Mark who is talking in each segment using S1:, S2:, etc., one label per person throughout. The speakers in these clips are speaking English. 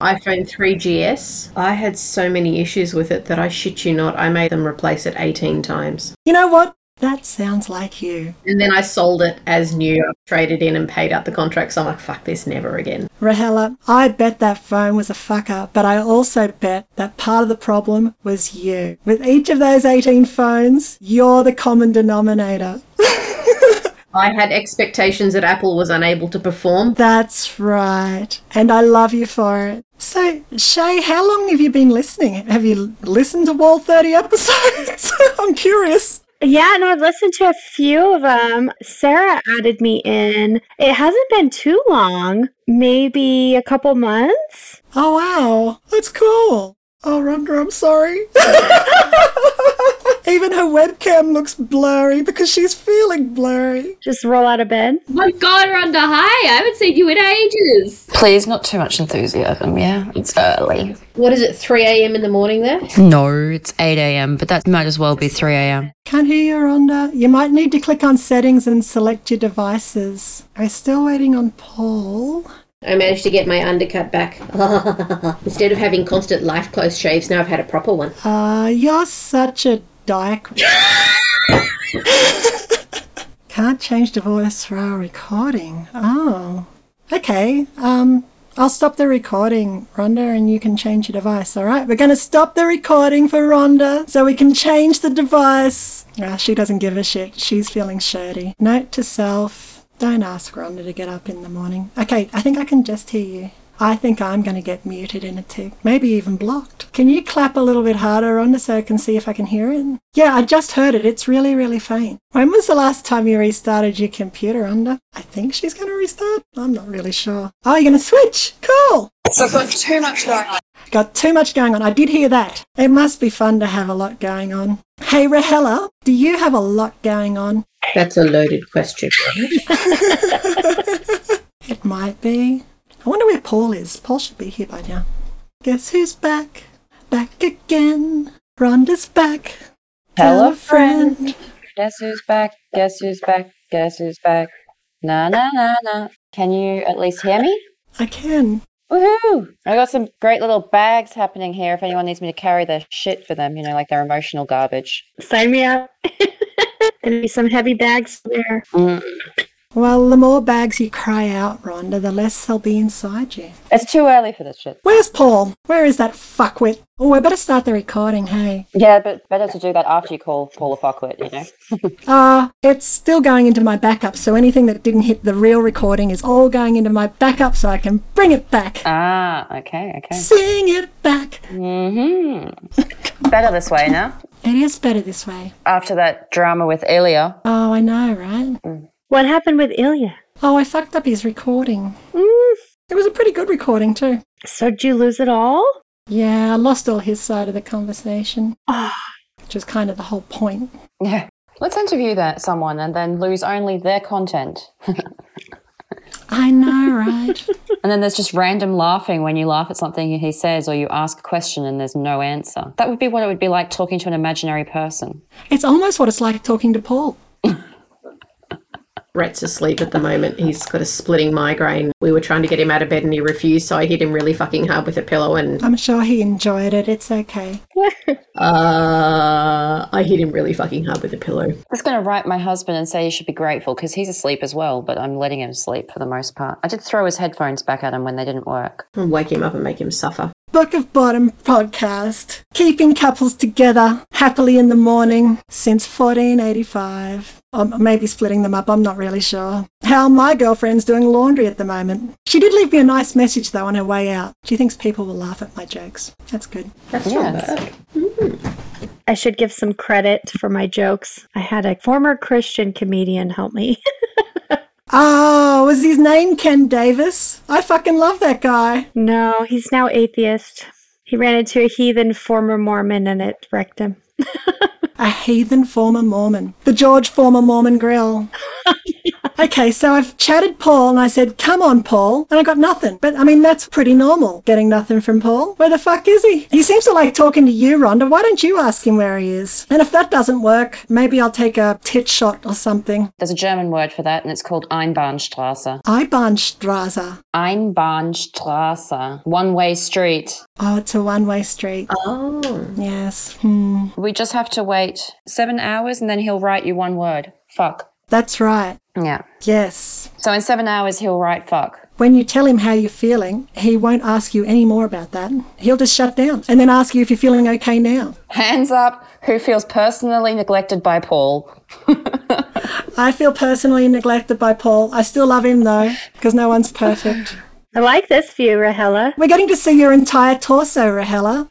S1: iPhone 3GS, I had so many issues with it that I shit you not, I made them replace it 18 times.
S2: You know what? That sounds like you.
S1: And then I sold it as new, traded in and paid out the contract. So I'm like, fuck this, never again.
S2: Rahela, I bet that phone was a fucker, but I also bet that part of the problem was you. With each of those 18 phones, you're the common denominator.
S1: I had expectations that Apple was unable to perform.
S2: That's right. And I love you for it. So, Shay, how long have you been listening? Have you listened to all 30 episodes? I'm curious.
S3: Yeah, no, I've listened to a few of them. Sarah added me in. It hasn't been too long, maybe a couple months.
S2: Oh, wow. That's cool. Oh, Rhonda, I'm sorry. Even her webcam looks blurry because she's feeling blurry.
S3: Just roll out of bed.
S4: My God, Rhonda, hi! I haven't seen you in ages.
S5: Please, not too much enthusiasm, yeah? It's early.
S1: What is it, 3 a.m. in the morning there?
S5: No, it's 8 a.m., but that might as well be 3 a.m.
S2: Can't hear you, Rhonda. You might need to click on settings and select your devices. I'm still waiting on Paul.
S1: I managed to get my undercut back. Instead of having constant life close shaves, now I've had a proper one.
S2: Uh, you're such a dyke. Can't change the voice for our recording. Oh. Okay. Um, I'll stop the recording, Rhonda, and you can change your device. All right, we're going to stop the recording for Rhonda so we can change the device. Ah, she doesn't give a shit. She's feeling shirty. Note to self don't ask Rhonda to get up in the morning. Okay, I think I can just hear you. I think I'm going to get muted in a tick, maybe even blocked. Can you clap a little bit harder, Rhonda, so I can see if I can hear it? Yeah, I just heard it. It's really, really faint. When was the last time you restarted your computer, Rhonda? I think she's going to restart. I'm not really sure. Oh, you're going to switch? Cool.
S5: So I've got too much going on.
S2: Got too much going on. I did hear that. It must be fun to have a lot going on. Hey, Rahela, do you have a lot going on?
S1: That's a loaded question.
S2: it might be. I wonder where Paul is. Paul should be here by now. Guess who's back? Back again. Rhonda's back.
S6: Hello, friend. Guess who's back? Guess who's back? Guess who's back? Na na na na. Can you at least hear me?
S2: I can.
S6: Woohoo! I got some great little bags happening here. If anyone needs me to carry their shit for them, you know, like their emotional garbage.
S3: Sign me up. Gonna be some heavy bags there.
S6: Mm.
S2: Well, the more bags you cry out, Rhonda, the less they'll be inside you.
S6: It's too early for this shit.
S2: Where's Paul? Where is that fuckwit? Oh, I better start the recording, hey.
S6: Yeah, but better to do that after you call Paul a fuckwit, you know.
S2: Uh, it's still going into my backup, so anything that didn't hit the real recording is all going into my backup so I can bring it back.
S6: Ah, okay, okay.
S2: Sing it back.
S6: Mm-hmm. better this way now.
S2: It is better this way.
S6: After that drama with Elia.
S2: Oh, I know, right?
S3: What happened with Ilya?
S2: Oh, I fucked up his recording.
S3: Mm.
S2: It was a pretty good recording, too.
S3: So did you lose it all?
S2: Yeah, I lost all his side of the conversation,
S3: Oh,
S2: which was kind of the whole point.
S6: Yeah. Let's interview that someone and then lose only their content.
S2: I know, right?
S6: and then there's just random laughing when you laugh at something he says or you ask a question and there's no answer. That would be what it would be like talking to an imaginary person.
S2: it's almost what it's like talking to Paul.
S1: Brett's asleep at the moment. He's got a splitting migraine. We were trying to get him out of bed and he refused, so I hit him really fucking hard with a pillow and
S2: I'm sure he enjoyed it. It's okay.
S1: uh I hit him really fucking hard with a pillow.
S6: I'm just going to write my husband and say you should be grateful because he's asleep as well, but I'm letting him sleep for the most part. I did throw his headphones back at him when they didn't work.
S1: And wake him up and make him suffer.
S2: Book of Bottom podcast, keeping couples together happily in the morning since 1485. Or maybe splitting them up, I'm not really sure. How my girlfriend's doing laundry at the moment. She did leave me a nice message though on her way out. She thinks people will laugh at my jokes. That's good.
S1: That's
S6: Yes.
S1: not bad.
S3: I should give some credit for my jokes. I had a former Christian comedian help me.
S2: Oh, was his name Ken Davis? I fucking love that guy.
S3: no, he's now atheist. He ran into a heathen former Mormon and it wrecked him.
S2: A heathen former Mormon. The George former Mormon grill. Okay, so I've chatted Paul and I said, come on, Paul. And I got nothing. But I mean, that's pretty normal, getting nothing from Paul. Where the fuck is he? He seems to like talking to you, Rhonda. Why don't you ask him where he is? And if that doesn't work, maybe I'll take a tit shot or something.
S6: There's a German word for that, and it's called Einbahnstraße.
S2: Einbahnstraße.
S6: Einbahnstraße. One way street.
S2: Oh, it's a one way street.
S1: Oh.
S2: Yes. Hmm.
S6: We just have to wait seven hours, and then he'll write you one word. Fuck.
S2: That's right.
S6: Yeah.
S2: Yes.
S6: So in seven hours, he'll write fuck.
S2: When you tell him how you're feeling, he won't ask you any more about that. He'll just shut down and then ask you if you're feeling okay now.
S6: Hands up, who feels personally neglected by Paul?
S2: I feel personally neglected by Paul. I still love him though, because no one's perfect.
S3: I like this view, Rahela.
S2: We're getting to see your entire torso, Rahela.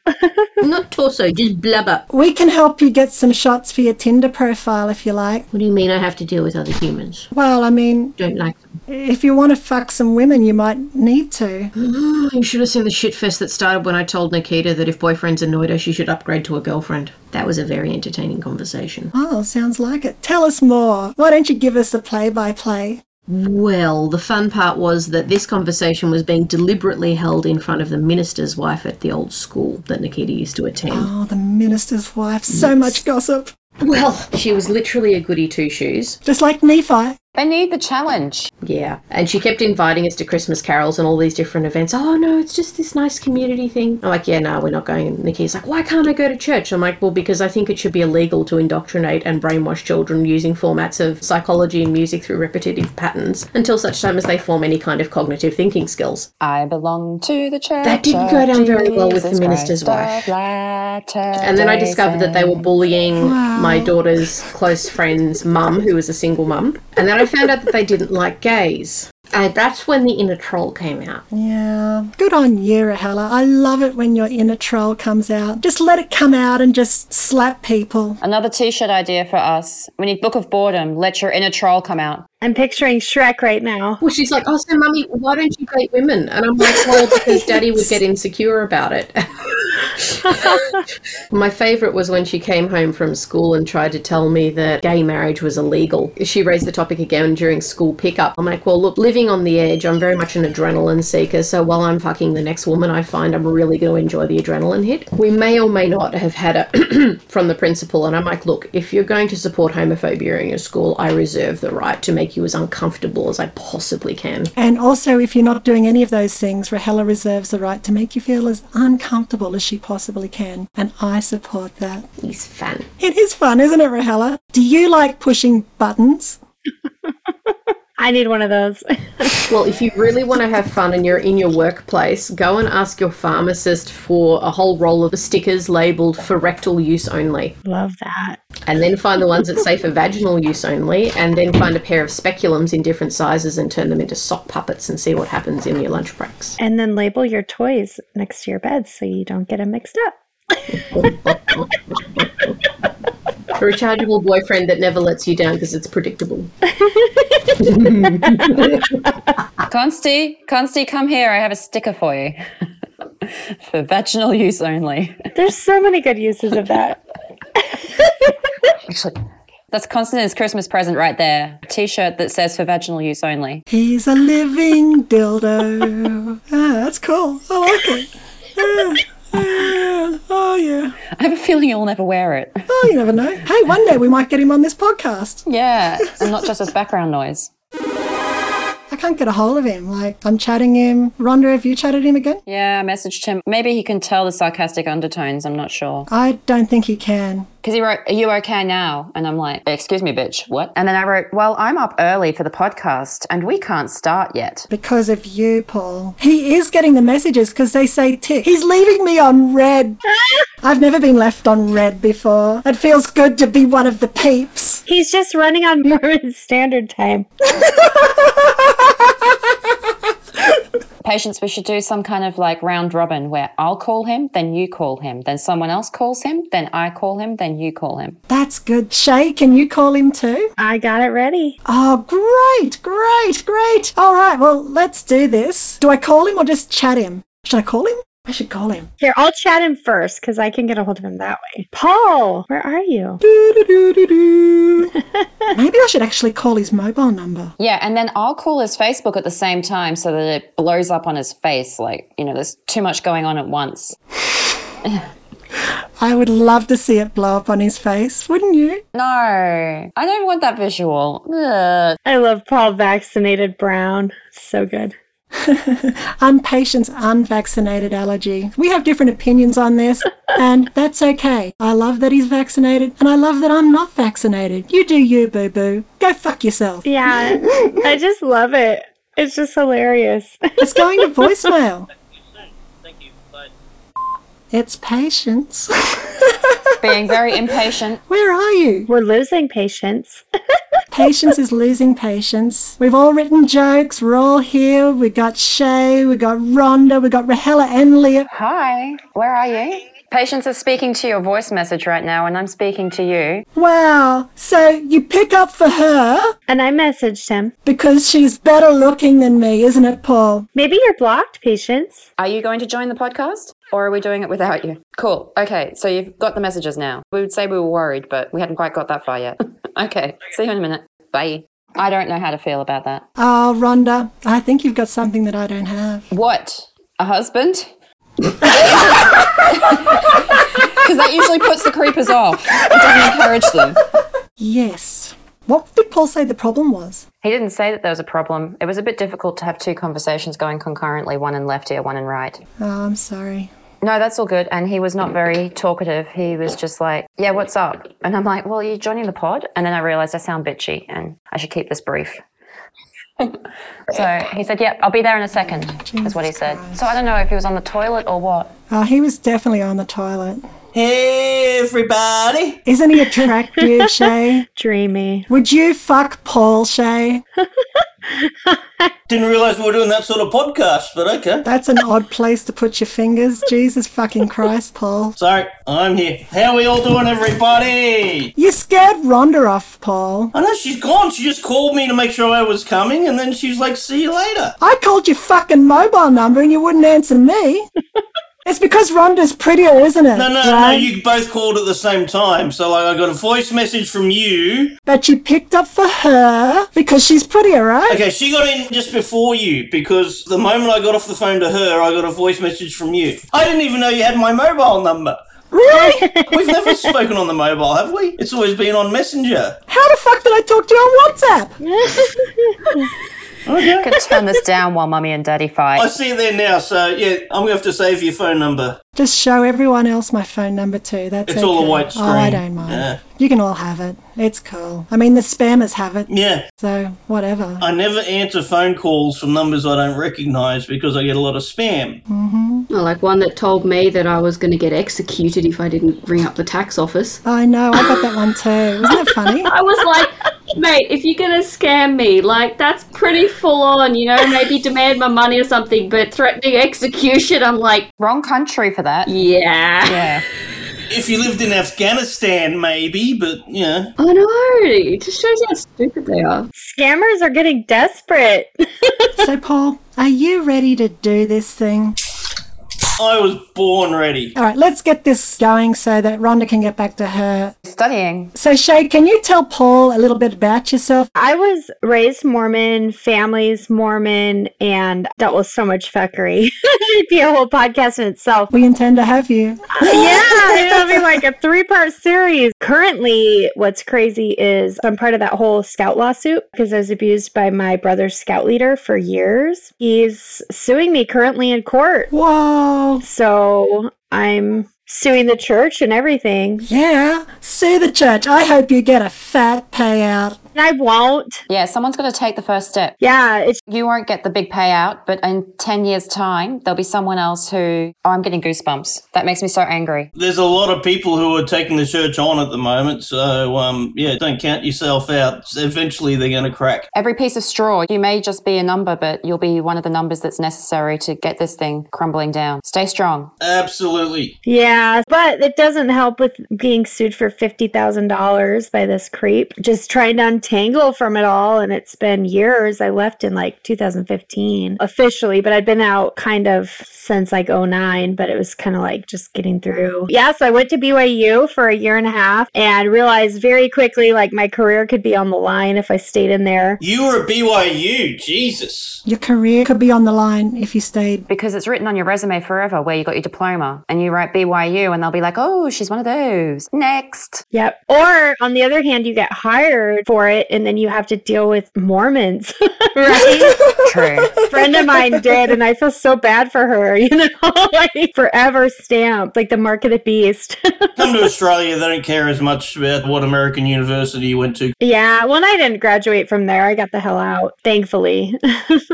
S1: Not torso, just blubber.
S2: We can help you get some shots for your Tinder profile if you like.
S1: What do you mean I have to deal with other humans?
S2: Well, I mean,
S1: Don't like them.
S2: if you want to fuck some women, you might need to.
S1: Oh, You should have seen the shit fest that started when I told Nikita that if boyfriends annoyed her, she should upgrade to a girlfriend. That was a very entertaining conversation.
S2: Oh, sounds like it. Tell us more. Why don't you give us the play by play?
S1: Well, the fun part was that this conversation was being deliberately held in front of the minister's wife at the old school that Nikita used to attend.
S2: Oh, the minister's wife. So much gossip.
S1: Well, she was literally a goody two shoes.
S2: Just like Nephi.
S6: They need the challenge.
S1: Yeah. And she kept inviting us to Christmas carols and all these different events. Oh, no, it's just this nice community thing. I'm like, yeah, no, we're not going. And Nikki's like, why can't I go to church? I'm like, well, because I think it should be illegal to indoctrinate and brainwash children using formats of psychology and music through repetitive patterns until such time as they form any kind of cognitive thinking skills.
S6: I belong to the church.
S1: That didn't go
S6: of
S1: down very well with the
S6: Jesus
S1: minister's
S6: Christ
S1: wife.
S6: of Latter-day
S1: And then I discovered that they were
S6: Saints.
S1: bullying my daughter's close friend's mum, who was a single mum. And then I found out that they didn't like gays. And that's when the inner troll came out.
S2: Yeah. Good on you, Rahela. I love it when your inner troll comes out. Just let it come out and just slap people.
S6: Another t-shirt idea for us. We need Book of Boredom. Let your inner troll come out.
S3: I'm picturing Shrek right now.
S1: Well, she's like, oh, so mummy, why don't you date women? And I'm like, well, because daddy would get insecure about it. My favourite was when she came home from school and tried to tell me that gay marriage was illegal. She raised the topic again during school pickup. I'm like, well, look, living on the edge, I'm very much an adrenaline seeker. So while I'm fucking the next woman, I find I'm really going to enjoy the adrenaline hit. We may or may not have had it from the principal. And I'm like, look, if you're going to support homophobia in your school, I reserve the right to make you as uncomfortable as I possibly can.
S2: And also, if you're not doing any of those things, Rahela reserves the right to make you feel as uncomfortable as she possibly can. And I support that.
S1: He's fan.
S2: It is fun, isn't it, Rahela? Do you like pushing buttons?
S3: I need one of those.
S1: Well, if you really want to have fun and you're in your workplace, go and ask your pharmacist for a whole roll of stickers labeled for rectal use only.
S3: Love that.
S1: And then find the ones that say for vaginal use only. And then find a pair of speculums in different sizes and turn them into sock puppets and see what happens in your lunch breaks.
S3: And then label your toys next to your bed so you don't get them mixed up.
S1: A rechargeable boyfriend that never lets you down because it's predictable.
S6: Consti, Consti, come here. I have a sticker for you. for vaginal use only.
S3: There's so many good uses of that.
S6: Actually, that's Constantine's Christmas present right there. A t-shirt that says for vaginal use only.
S2: He's a living dildo. Ah, that's cool. I like it. Ah, ah, oh, yeah.
S6: I have a feeling you'll never wear it.
S2: Oh, you never know. Hey, one day we might get him on this podcast.
S6: Yeah, and not just as background noise.
S2: I can't get a hold of him. Like, I'm chatting him. Rhonda, have you chatted him again?
S6: Yeah, I messaged him. Maybe he can tell the sarcastic undertones. I'm not sure.
S2: I don't think he can.
S6: Because he wrote, Are you okay now? And I'm like, Excuse me, bitch, what? And then I wrote, Well, I'm up early for the podcast and we can't start yet.
S2: Because of you, Paul. He is getting the messages because they say tick. He's leaving me on red. I've never been left on red before. It feels good to be one of the peeps.
S3: He's just running on Mormon Standard Time.
S6: Patience, we should do some kind of like round robin where I'll call him, then you call him, then someone else calls him, then I call him, then you call him.
S2: That's good. Shay, can you call him too?
S3: I got it ready.
S2: Oh, great, great, great. All right, well, let's do this. Do I call him or just chat him? Should I call him? I should call him.
S3: Here, I'll chat him first because I can get a hold of him that way. Paul, where are you?
S2: Doo-doo-doo-doo-doo. Maybe I should actually call his mobile number.
S6: Yeah, and then I'll call his Facebook at the same time so that it blows up on his face. Like, you know, there's too much going on at once.
S2: I would love to see it blow up on his face, wouldn't you?
S6: No, I don't want that visual. Ugh.
S3: I love Paul vaccinated brown. So good.
S2: Unpatient's unvaccinated allergy. We have different opinions on this, and that's okay. I love that he's vaccinated, and I love that I'm not vaccinated. You do you, boo boo. Go fuck yourself.
S3: Yeah, I just love it. It's just hilarious.
S2: It's going to voicemail. It's patience.
S6: Being very impatient.
S2: Where are you?
S3: We're losing patience.
S2: Patience is losing patience. We've all written jokes. We're all here. We got Shay. We got Rhonda. We got Rahela and Leah.
S6: Hi, where are you? Patience is speaking to your voice message right now, and I'm speaking to you.
S2: Wow. So you pick up for her
S3: And I messaged him.
S2: because she's better looking than me, isn't it, Paul?
S3: Maybe you're blocked, patience.
S6: Are you going to join the podcast? Or are we doing it without you? Cool. Okay, so you've got the messages now. We would say we were worried, but we hadn't quite got that far yet. okay, see you in a minute. Bye. I don't know how to feel about that.
S2: Oh, Rhonda, I think you've got something that I don't have.
S6: What? A husband? Because that usually puts the creepers off. It doesn't encourage them.
S2: Yes. What did Paul say the problem was?
S6: He didn't say that there was a problem. It was a bit difficult to have two conversations going concurrently, one in left ear, one in right.
S2: Oh, I'm sorry.
S6: No, that's all good. And he was not very talkative. He was just like, Yeah, what's up? And I'm like, Well, you're joining the pod. And then I realized I sound bitchy and I should keep this brief. so he said, Yep, I'll be there in a second, is what he said. So I don't know if he was on the toilet or what.
S2: Oh, he was definitely on the toilet.
S7: Hey, everybody.
S2: Isn't he attractive, Shay?
S3: Dreamy.
S2: Would you fuck Paul, Shay?
S7: Didn't realize we were doing that sort of podcast, but okay.
S2: That's an odd place to put your fingers. Jesus fucking Christ, Paul.
S7: Sorry, I'm here. How we all doing, everybody?
S2: You scared Rhonda off, Paul.
S7: I know she's gone. She just called me to make sure I was coming, and then she's like, see you later.
S2: I called your fucking mobile number and you wouldn't answer me. it's because Rhonda's prettier, isn't it?
S7: No, no, no,
S2: right?
S7: you both called at the same time. So, like, I got a voice message from you.
S2: But you picked up for her because she's prettier, right?
S7: Okay, she got in just before you because the moment I got off the phone to her, I got a voice message from you. I didn't even know you had my mobile number.
S2: Really?
S7: We've never spoken on the mobile, have we? It's always been on Messenger.
S2: How the fuck did I talk to you on WhatsApp?
S6: I could turn this down while mummy and daddy
S7: I
S6: fight.
S7: see it there now, so yeah, I'm gonna have to save your phone number.
S2: Just show everyone else my phone number too. That's
S7: It's all a
S2: okay.
S7: white
S2: Oh, I
S7: screen.
S2: don't mind.
S7: Yeah.
S2: You can all have it. It's cool. I mean, the spammers have it,
S7: Yeah,
S2: so whatever.
S7: I never answer phone calls from numbers I don't recognize because I get a lot of spam.
S4: Well, like one that told me that I was going to get executed if I didn't ring up the tax office.
S2: I know. I got that one too. Wasn't it funny?
S4: I was like, mate, if you're going to scam me, like, that's pretty full on, you know, maybe demand my money or something, but threatening execution, I'm like,
S6: Wrong country for that.
S4: yeah.
S6: Yeah.
S7: If you lived in Afghanistan, maybe, but you know,
S4: I know. It just shows you how stupid they are.
S3: Scammers are getting desperate.
S2: so, Paul, are you ready to do this thing?
S7: I was born ready.
S2: All right, let's get this going so that Rhonda can get back to her.
S6: Studying.
S2: So, Shay, can you tell Paul a little bit about yourself?
S3: I was raised Mormon, families Mormon, and dealt with so much fuckery. It'd be a whole podcast in itself.
S2: We intend to have you.
S3: yeah, it'll be like a three part series. Currently, what's crazy is I'm part of that whole scout lawsuit because I was abused by my brother's scout leader for years. He's suing me currently in court.
S2: Whoa.
S3: So I'm suing the church and everything.
S2: Yeah. Sue the church. I hope you get a fat payout.
S3: And I won't.
S6: Yeah, someone's got to take the first step.
S3: Yeah, it's
S6: You won't get the big payout, but in 10 years' time, there'll be someone else who. Oh, I'm getting goosebumps. That makes me so angry.
S7: There's a lot of people who are taking the church on at the moment, so um, yeah, don't count yourself out. Eventually, they're gonna crack.
S6: Every piece of straw, you may just be a number, but you'll be one of the numbers that's necessary to get this thing crumbling down. Stay strong.
S7: absolutely.
S3: Yeah, but it doesn't help with being sued for $50,000 by this creep. Just trying to untangle from it all. And it's been years. I left in like 2015 officially, but I'd been out kind of since like 09, but it was kind of like just getting through. Yeah, so I went to BYU for a year and a half and realized very quickly like my career could be on the line if I stayed in there.
S7: You were at BYU, Jesus.
S2: Your career could be on the line if you stayed.
S6: Because it's written on your resume forever where you got your diploma and you write BYU and they'll be like, oh, she's one of those. Next.
S3: Yep. Or on the other hand, you get hired for it and then you have to deal with Mormons, right?
S2: Oh,
S6: True.
S3: friend of mine did, and I feel so bad for her. You know, like forever stamped, like the mark of the beast.
S7: Come to Australia, they don't care as much about what American university you went to.
S3: yeah, well, I didn't graduate from there. I got the hell out, thankfully.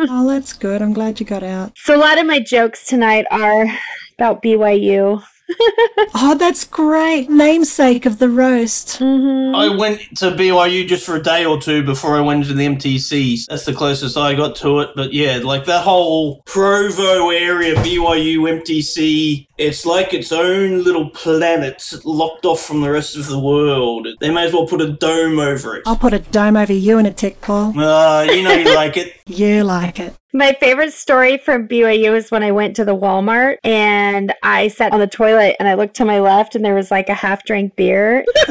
S2: Oh, that's good. I'm glad you got out.
S3: so a lot of my jokes tonight are about BYU.
S2: Oh, that's great. Namesake of the roast.
S3: hmm
S7: I went to BYU just for a day or two before I went to the MTCs. That's the closest I got to it. But yeah, like that whole Provo area, BYU, MTC, it's like its own little planet locked off from the rest of the world. They may as well put a dome over it.
S3: Oh.
S2: I'll put a dome over you in a tick, Paul.
S7: Ah, you know you like it.
S2: You like it.
S3: My favorite story from BYU is when I went to the Walmart and I sat on the toilet and I looked to my left and there was like a half drank beer.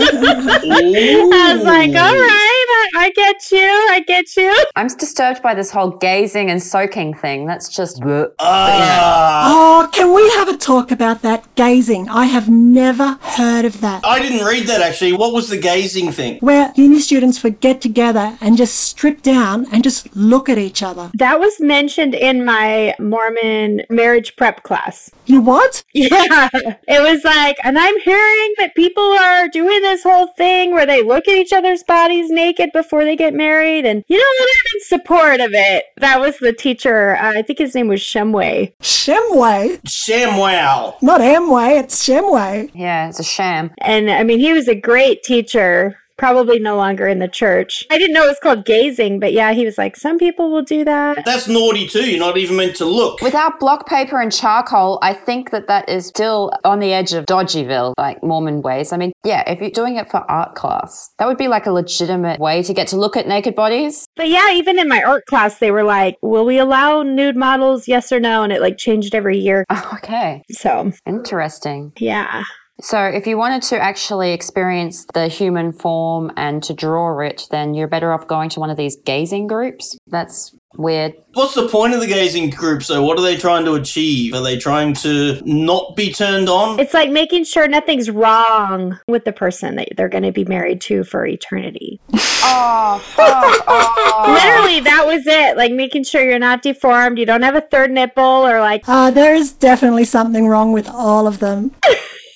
S3: I was like, all right, I, I get you, I get you.
S6: I'm disturbed by this whole gazing and soaking thing. That's just.
S7: Ah,
S2: Oh, can we have a talk about that gazing? I have never heard of that.
S7: I didn't read that actually. What was the gazing thing?
S2: Where uni students would get together and just strip down and just look at each other.
S3: That was mentioned in my Mormon marriage prep class.
S2: You what?
S3: Yeah. It was like, and I'm hearing that people are doing this whole thing where they look at each other's bodies naked before they get married. And you know what? I'm in support of it. That was the teacher. Uh, I think his name was Shemway.
S2: Shemway?
S7: Shamwow.
S2: Not Amway, it's Shemway.
S6: Yeah, it's a sham.
S3: And I mean, he was a great teacher. Probably no longer in the church. I didn't know it was called gazing, but yeah, he was like, some people will do that.
S7: That's naughty too. You're not even meant to look.
S6: Without block paper and charcoal, I think that that is still on the edge of dodgyville, like Mormon ways. I mean, yeah, if you're doing it for art class, that would be like a legitimate way to get to look at naked bodies.
S3: But yeah, even in my art class, they were like, will we allow nude models? Yes or no? And it like changed every year.
S6: Oh, okay.
S3: So
S6: Interesting.
S3: yeah.
S6: So, if you wanted to actually experience the human form and to draw it, then you're better off going to one of these gazing groups. That's weird.
S7: What's the point of the gazing groups though? What are they trying to achieve? Are they trying to not be turned on?
S3: It's like making sure nothing's wrong with the person that they're going to be married to for eternity.
S6: Oh, fuck off.
S3: Literally, that was it. Like making sure you're not deformed, you don't have a third nipple, or like,
S2: Uh, there is definitely something wrong with all of them.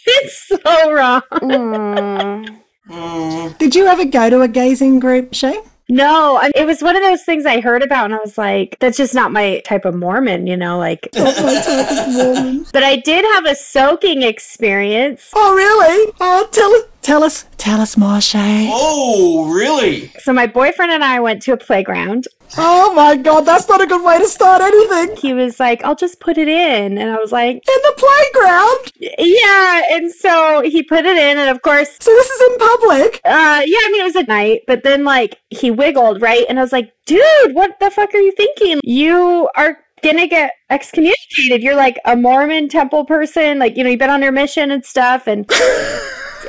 S3: it's so wrong.
S6: Mm.
S7: Mm.
S2: Did you ever go to a gazing group, Shane?
S3: No, I, it was one of those things I heard about, and I was like, that's just not my type of Mormon, you know? Like, but I did have a soaking experience.
S2: Oh, really? Oh, tell, tell us, tell us more, Shay.
S7: Oh, really?
S3: So, my boyfriend and I went to a playground.
S2: Oh my god, that's not a good way to start anything.
S3: He was like, I'll just put it in. And I was like,
S2: In the playground?
S3: yeah. And so he put it in, and of course,
S2: So this is in public?
S3: uh yeah i mean it was at night but then like he wiggled right and i was like dude what the fuck are you thinking you are gonna get excommunicated you're like a mormon temple person like you know you've been on your mission and stuff and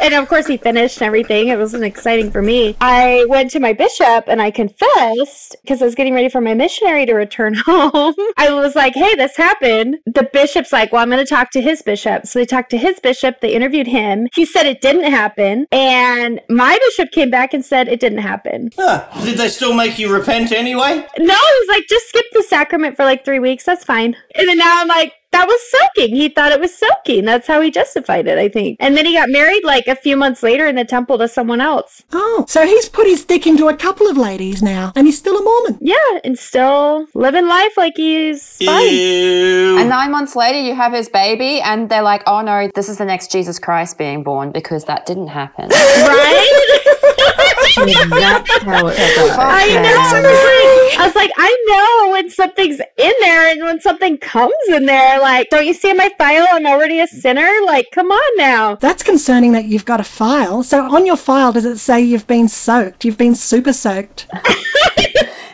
S3: and of course he finished and everything it wasn't exciting for me i went to my bishop and i confessed because i was getting ready for my missionary to return home i was like hey this happened the bishop's like well i'm going to talk to his bishop so they talked to his bishop they interviewed him he said it didn't happen and my bishop came back and said it didn't happen
S7: Huh. Did they still make you repent anyway?
S3: no he was like just skip the sacrament for like three weeks that's fine and then now i'm like that was soaking. He thought it was soaking. That's how he justified it, I think. And then he got married like a few months later in the temple to someone else.
S2: Oh, so he's put his dick into a couple of ladies now, and he's still a Mormon.
S3: Yeah, and still living life like he's fine.
S7: Ew.
S6: And nine months later, you have his baby, and they're like, oh no, this is the next Jesus Christ being born because that didn't happen.
S3: Right?
S1: That's how it works.
S3: I
S6: Okay.
S3: know. I was like, I know when something's in there and when something comes in there. Like, don't you see in my file? I'm already a sinner. Like, come on now.
S2: That's concerning that you've got a file. So on your file, does it say you've been soaked? You've been super soaked.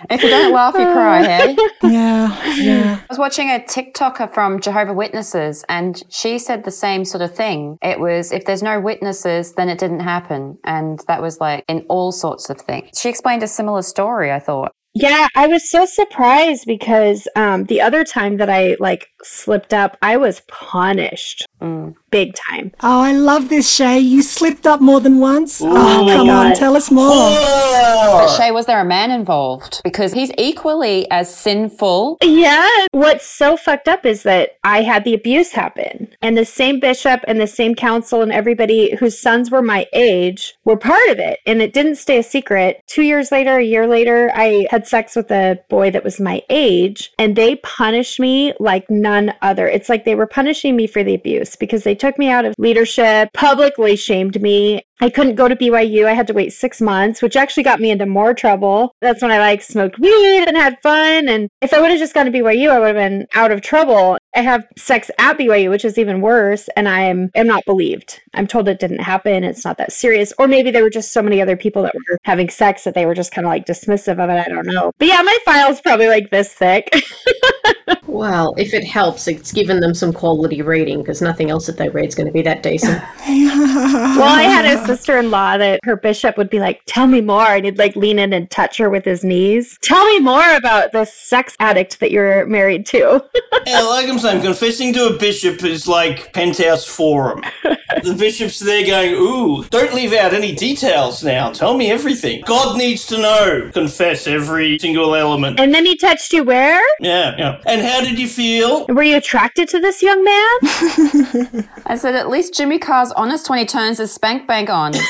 S6: If you don't laugh,
S1: Oh.
S6: you cry, hey?
S2: Yeah, yeah.
S6: I was watching a TikToker from Jehovah Witnesses, and she said the same sort of thing. It was if there's no witnesses, then it didn't happen, and that was like in all sorts of things. She explained a similar story. I thought
S3: Yeah, I was so surprised because um, the other time that I like slipped up, I was punished
S6: Mm.
S3: big time.
S2: Oh, I love this, Shay. You slipped up more than once. oh, come on, tell us more.
S7: Ah.
S6: But Shay, was there a man involved? Because he's equally as sinful.
S3: Yeah. What's so fucked up is that I had the abuse happen. And the same bishop and the same council and everybody whose sons were my age were part of it. And it didn't stay a secret. Two years later, a year later, I had sex with a boy that was my age and they punished me like none other. It's like they were punishing me for the abuse because they took me out of leadership, publicly shamed me, I couldn't go to BYU. I had to wait six months, which actually got me into more trouble. That's when I like smoked weed and had fun. And if I would have just gone to BYU, I would have been out of trouble. I have sex at BYU, which is even worse. And I am, am not believed. I'm told it didn't happen. It's not that serious. Or maybe there were just so many other people that were having sex that they were just kind of like dismissive of it. I don't know. But yeah, my file's probably like this thick.
S1: Well, if it helps, it's given them some quality reading because nothing else that they read's going to be that decent.
S3: Well, I had a sister in law that her bishop would be like, Tell me more. And he'd like lean in and touch her with his knees. Tell me more about this sex addict that you're married to.
S7: Yeah, like I'm saying, confessing to a bishop is like penthouse forum. the bishop's there going, ooh, don't leave out any details now. Tell me everything. God needs to know. Confess every single element.
S3: And then he touched you where?
S7: Yeah, yeah. And how did you feel?
S3: Were you attracted to this young man?
S6: I said at least Jimmy Carr's honest when he turns his spank bank on.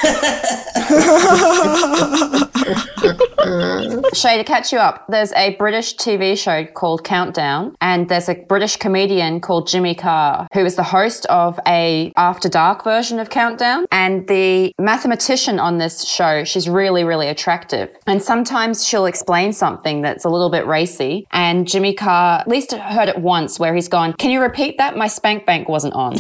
S6: Shay, to catch you up, there's a British TV show called Countdown, and there's a British comedian called Jimmy Carr, who is the host of a After Dark version of Countdown. And the mathematician on this show, she's really, really attractive. And sometimes she'll explain something that's a little bit racy, and Jimmy Carr at least heard it once where he's gone, "Can you repeat that? My spank bank wasn't on."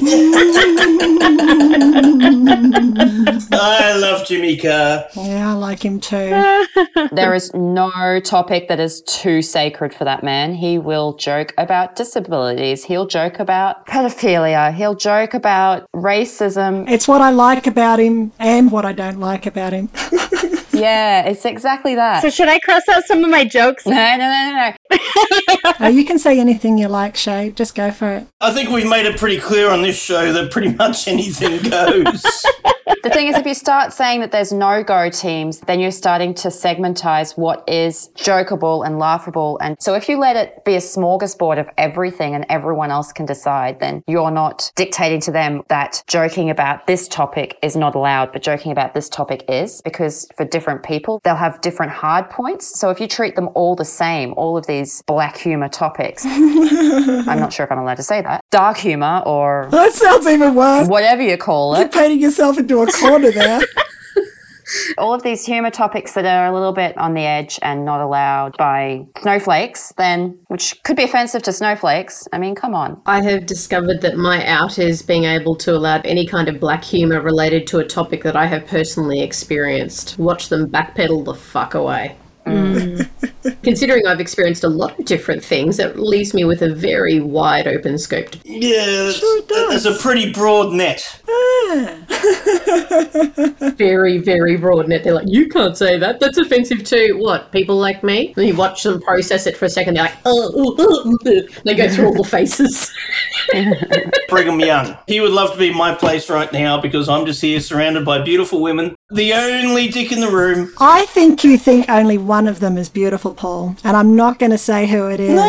S7: I love Jimmy Carr.
S2: Yeah, I like him too.
S6: There is no topic that is too sacred for that man. He will joke about disabilities. He'll joke about pedophilia. He'll joke about racism.
S2: It's what I like about him and what I don't like about him.
S6: Yeah, it's exactly that.
S3: So should I cross out some of my jokes?
S6: no, no, no, no, no.
S2: Oh, you can say anything you like, Shay. Just go for it.
S7: I think we've made it pretty clear on this show that pretty much anything goes.
S6: The thing is, if you start saying that there's no go teams, then you're starting to segmentize what is jokeable and laughable. And so if you let it be a smorgasbord of everything and everyone else can decide, then you're not dictating to them that joking about this topic is not allowed, but joking about this topic is because for different people, they'll have different hard points. So if you treat them all the same, all of these black humor topics, I'm not sure if I'm allowed to say that, dark humor or
S2: That sounds even worse.
S6: whatever you call
S2: You're
S6: it.
S2: painting yourself into a corner there.
S6: all of these humor topics that are a little bit on the edge and not allowed by snowflakes, then, which could be offensive to snowflakes. I mean, come on.
S1: I have discovered that my out is being able to allow any kind of black humor related to a topic that I have personally experienced. Watch them backpedal the fuck away. Considering I've experienced a lot of different things, it leaves me with a very wide open scope. to-
S7: yeah, that's, that's a pretty broad net.
S1: Very, very broad net. They're like, you can't say that. That's offensive to what? People like me? And you watch them process it for a second. They're like, oh, oh, oh," they go through all the faces.
S7: Brigham Young. He would love to be my place right now because I'm just here surrounded by beautiful women. The only dick in the room.
S2: I think you think only one of them is beautiful, Paul, and I'm not going to say who it is.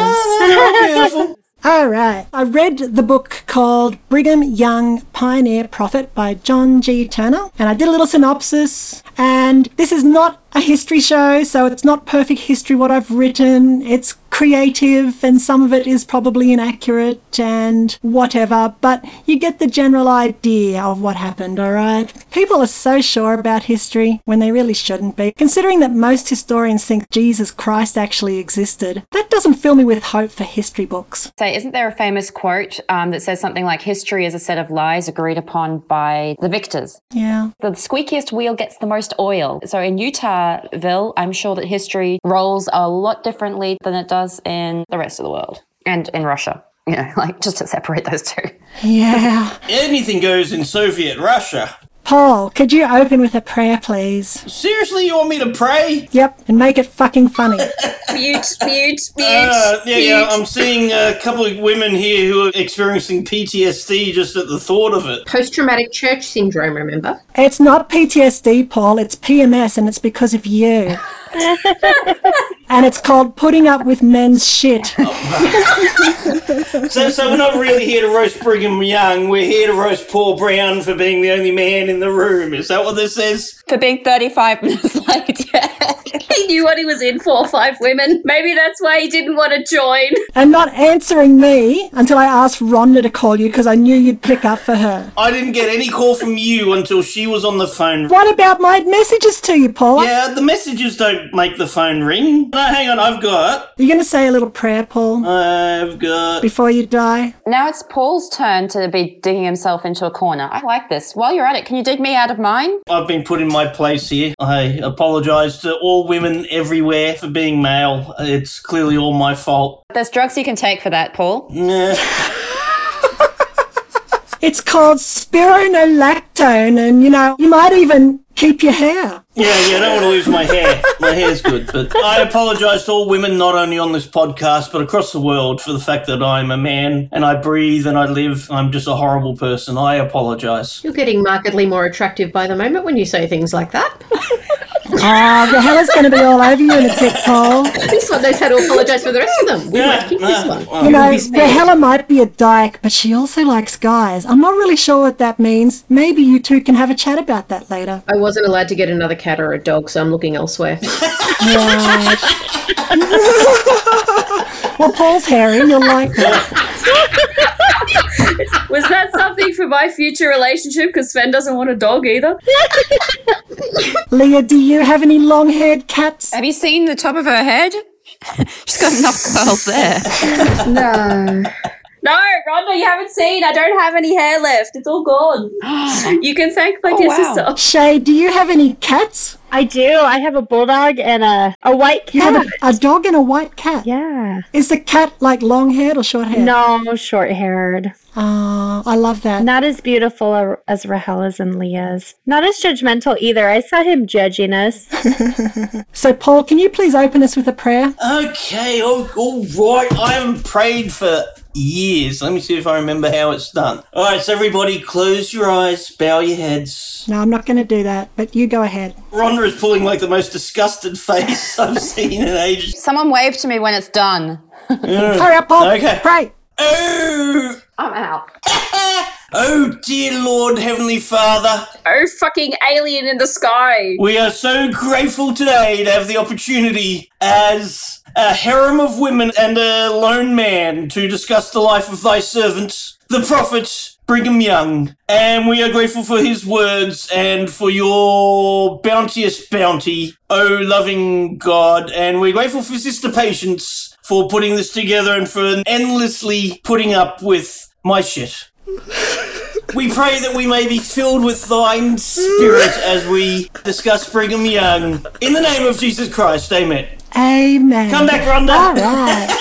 S2: All right. I read the book called Brigham Young Pioneer Prophet by John G. Turner, and I did a little synopsis. And this is not a history show, so it's not perfect history what I've written. It's creative and some of it is probably inaccurate and whatever, but you get the general idea of what happened, all right? People are so sure about history when they really shouldn't be. Considering that most historians think Jesus Christ actually existed, that doesn't fill me with hope for history books.
S6: So, isn't there a famous quote um, that says something like, History is a set of lies agreed upon by the victors?
S2: Yeah.
S6: The squeakiest wheel gets the most oil. So, in Utahville, I'm sure that history rolls a lot differently than it does in the rest of the world and in Russia. You know, like just to separate those two.
S2: Yeah.
S7: Anything goes in Soviet Russia.
S2: Paul, could you open with a prayer, please?
S7: Seriously, you want me to pray?
S2: Yep, and make it fucking funny.
S8: Mute, mute, mute.
S7: Uh, yeah, yeah,
S8: mute.
S7: I'm seeing a couple of women here who are experiencing PTSD just at the thought of it.
S1: Post traumatic church syndrome, remember?
S2: It's not PTSD, Paul. It's PMS, and it's because of you. and it's called putting up with men's shit.
S7: So, so we're not really here to roast Brigham Young. We're here to roast Paul Brown for being the only man in the room. Is that what this is?
S6: For being 35 minutes late, yeah.
S4: He knew what he was in for, five women. Maybe that's why he didn't want to join.
S2: And not answering me until I asked Rhonda to call you because I knew you'd pick up for her.
S7: I didn't get any call from you until she was on the phone.
S2: What about my messages to you, Paul?
S7: Yeah, the messages don't make the phone ring. No, hang on. I've got.
S2: You're going to say a little prayer, Paul,
S7: I've got.
S2: before you die?
S6: Now it's Paul's turn to be digging himself into a corner. I like this. While you're at it, can you dig me out of mine?
S7: I've been put in my place here. I apologise to all women everywhere for being male. It's clearly all my fault.
S6: There's drugs you can take for that, Paul.
S7: Nah.
S2: It's called spironolactone, and you know, you might even keep your hair.
S7: Yeah, yeah, I don't want to lose my hair. My hair's good, but I apologise to all women, not only on this podcast, but across the world for the fact that I'm a man and I breathe and I live. I'm just a horrible person. I apologise.
S1: You're getting markedly more attractive by the moment when you say things like that.
S2: Oh, the hell is going to be all over you in a tick, Paul.
S1: this one knows how to apologise for the rest of them. We might keep this one.
S2: You know,
S1: be spared.
S2: Rahela might be a dyke, but she also likes guys. I'm not really sure what that means. Maybe you two can have a chat about that later.
S1: I wasn't allowed to get another cat or a dog, so I'm looking elsewhere.
S2: Well, Paul's hairy. You'll like that.
S4: Was that something for my future relationship? Because Sven doesn't want a dog either.
S2: Leah, do you have any long-haired cats?
S6: Have you seen the top of her head? She's got enough curls there.
S4: No, Rhonda, you haven't seen. I don't have any hair left. It's all gone. you can thank my dear
S6: wow.
S4: sister.
S2: Shay, do you have any cats?
S3: I do. I have a bulldog and a, a white
S2: You
S3: cat.
S2: have a, a dog and a white cat.
S3: yeah.
S2: Is the cat like long-haired or short-haired?
S3: No, short haired.
S2: Oh, I love that.
S3: Not as beautiful a- as Rahela's and Leah's. Not as judgmental either. I saw him judging us.
S2: So, Paul, can you please open us with a prayer?
S7: Okay, all, all right. I haven't prayed for years. Let me see if I remember how it's done. All right, so everybody, close your eyes, bow your heads.
S2: No, I'm not going to do that, but you go ahead.
S7: Rhonda is pulling like the most disgusted face I've seen in ages.
S6: Someone wave to me when it's done.
S2: Hurry up, Paul.
S7: Okay.
S2: Pray.
S7: Oh,
S6: I'm out.
S7: oh, dear Lord, Heavenly Father.
S4: Oh, fucking alien in the sky.
S7: We are so grateful today to have the opportunity as a harem of women and a lone man to discuss the life of thy servant, the prophet Brigham Young. And we are grateful for his words and for your bounteous bounty, O loving God. And we're grateful for Sister Patience for putting this together and for endlessly putting up with my shit. We pray that we may be filled with thine spirit as we discuss Brigham Young. In the name of Jesus Christ, amen.
S2: Amen.
S7: Come back,
S2: All
S7: Rhonda.
S2: right.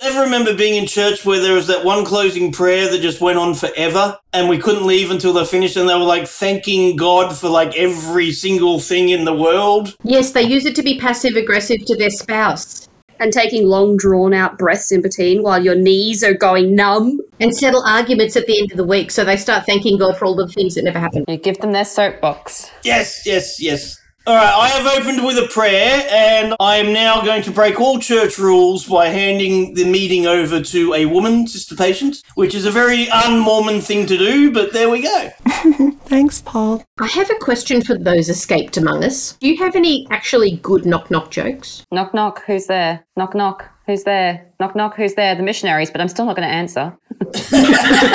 S7: I ever remember being in church where there was that one closing prayer that just went on forever and we couldn't leave until they finished and they were like thanking God for like every single thing in the world.
S1: yes, they use it to be passive aggressive to their spouse
S4: And taking long, drawn out breaths in between while your knees are going numb.
S1: and settle arguments at the end of the week, so they start thanking God for all the things that never happened.
S6: You give them their soapbox.
S7: Yes, yes, yes. All right, I have opened with a prayer, and I am now going to break all church rules by handing the meeting over to a woman, Sister Patience, which is a very un-Mormon thing to do, but there we go.
S2: Thanks, Paul.
S1: I have a question for those escaped among us. Do you have any actually good knock knock jokes?
S6: Knock, knock, who's there? Knock, knock, who's there? Knock, knock, who's there? The missionaries, but I'm still not going to answer.
S8: God,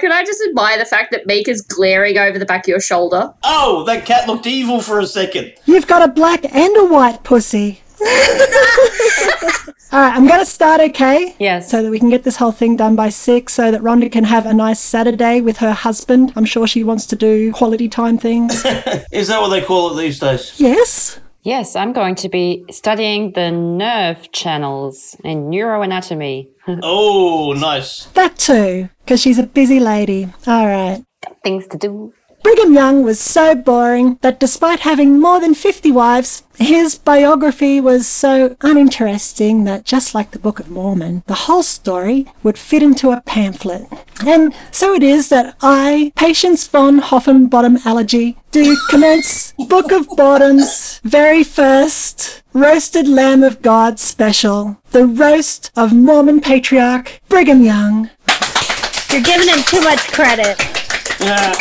S8: can I just admire the fact that Meek is glaring over the back of your shoulder?
S7: Oh, that cat looked evil for a second.
S2: You've got a black and a white pussy. All right, I'm going to start, okay?
S6: Yes.
S2: So that we can get this whole thing done by six, so that Rhonda can have a nice Saturday with her husband. I'm sure she wants to do quality time things.
S7: Is that what they call it these days?
S2: yes?
S6: Yes, I'm going to be studying the nerve channels in neuroanatomy.
S7: Oh, nice.
S2: That too, because she's a busy lady. All right.
S6: Things to do.
S2: Brigham Young was so boring that despite having more than 50 wives, his biography was so uninteresting that just like the Book of Mormon, the whole story would fit into a pamphlet. And so it is that I, Patience von Hoffenbottom Allergy, do commence Book of Bottoms very first Roasted Lamb of God special, the roast of Mormon patriarch Brigham Young.
S3: You're giving him too much credit.
S7: Yeah.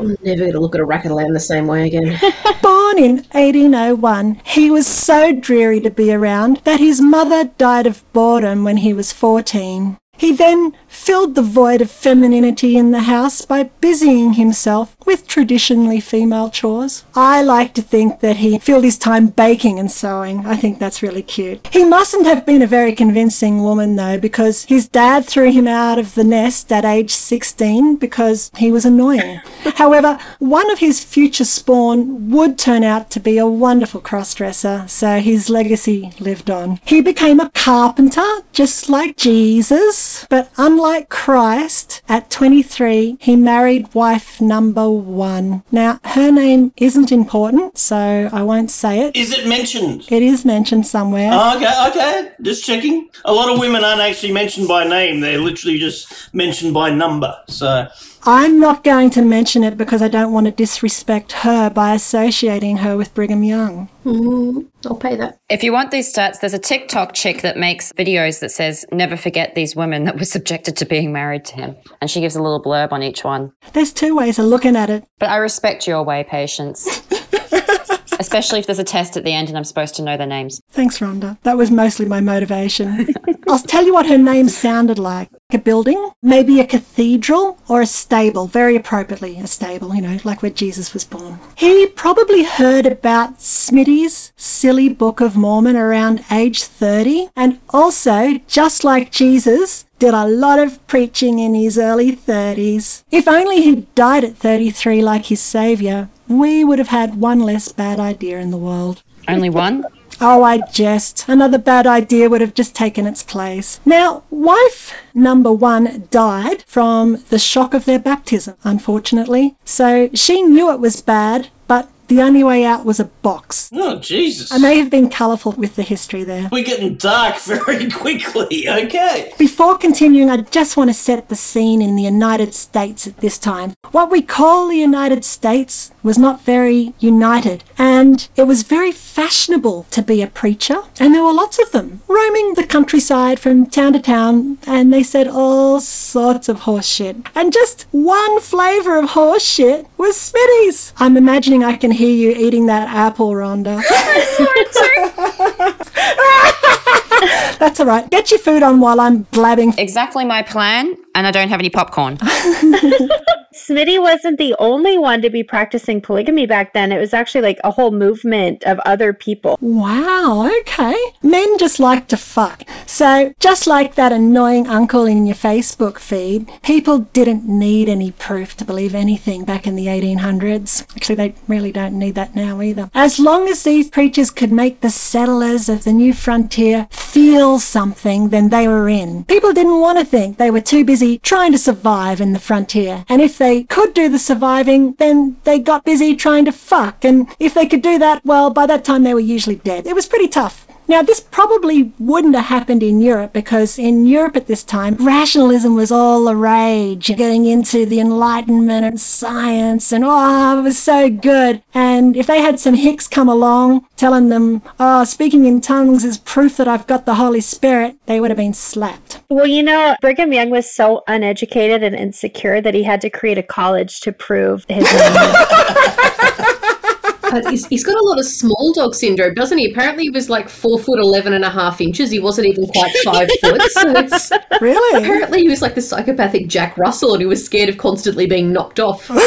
S1: I'm never going to look at a racket lamb the same way again.
S2: Born in 1801, he was so dreary to be around that his mother died of boredom when he was 14. He then filled the void of femininity in the house by busying himself with traditionally female chores. I like to think that he filled his time baking and sewing. I think that's really cute. He mustn't have been a very convincing woman though because his dad threw him out of the nest at age 16 because he was annoying. However, one of his future spawn would turn out to be a wonderful crossdresser, so his legacy lived on. He became a carpenter, just like Jesus, but unlike Christ, at 23, he married wife number one. Now, her name isn't important, so I won't say it.
S7: Is it mentioned? Ah,
S2: It is mentioned somewhere.
S7: Okay, okay. Just checking. A lot of women aren't actually mentioned by name. They're literally just mentioned by number. So,
S2: I'm not going to mention it because I don't want to disrespect her by associating her with Brigham Young.
S1: I'll pay that.
S6: If you want these stats, there's a TikTok chick that makes videos that says, never forget these women that were subjected to being married to him. And she gives a little blurb on each one.
S2: There's two ways of looking at it.
S6: But I respect your way, patience. Especially if there's a test at the end and I'm supposed to know their names.
S2: Thanks, Rhonda. That was mostly my motivation. I'll tell you what her name sounded like. A building, maybe a cathedral or a stable, very appropriately, a stable, you know, like where Jesus was born. He probably heard about Smitty's silly Book of Mormon around age 30, and also, just like Jesus, did a lot of preaching in his early 30s. If only he'd died at 33 like his savior, we would have had one less bad idea in the world.
S6: Only one?
S2: Oh, I jest. Another bad idea would have just taken its place. Now, wife number one died from the shock of their baptism, unfortunately. So she knew it was bad, but the only way out was a box.
S7: oh, Jesus.
S2: I may have been colourful with the history there.
S7: We're getting dark very quickly. Okay.
S2: Before continuing, I just want to set the scene in the United States at this time. What we call the United States was not very united, and it was very fashionable to be a preacher, and there were lots of them roaming the countryside from town to town, and they said all sorts of horse shit. And just one flavour of horse shit was Smitty's. I'm imagining I can hear you eating that apple, Rhonda. That's all right. Get your food on while I'm blabbing.
S6: Exactly my plan, and I don't have any popcorn.
S3: Smitty wasn't the only one to be practicing polygamy back then. It was actually like a whole movement of other people.
S2: Wow, okay. Men just like to fuck. So, just like that annoying uncle in your Facebook feed, people didn't need any proof to believe anything back in the 1800s. Actually, they really don't need that now either. As long as these preachers could make the settlers of the new frontier feel something, then they were in. People didn't want to think. They were too busy trying to survive in the frontier. And if they could do the surviving, then they got busy trying to fuck. And if they could do that, well, by that time they were usually dead. It was pretty tough. Now, this probably wouldn't have happened in Europe because in Europe at this time, rationalism was all the rage, getting into the Enlightenment and science, and oh, it was so good. And if they had some hicks come along telling them, oh, speaking in tongues is proof that I've got the Holy Spirit, they would have been slapped.
S3: Well, you know, Brigham Young was so uneducated and insecure that he had to create a college to prove his.
S1: But he's, he's got a lot of small dog syndrome, doesn't he? Apparently, he was like four foot eleven and a half inches. He wasn't even quite five foot. So it's,
S2: Really?
S1: apparently, he was like the psychopathic Jack Russell, and he was scared of constantly being knocked off.
S7: Where'd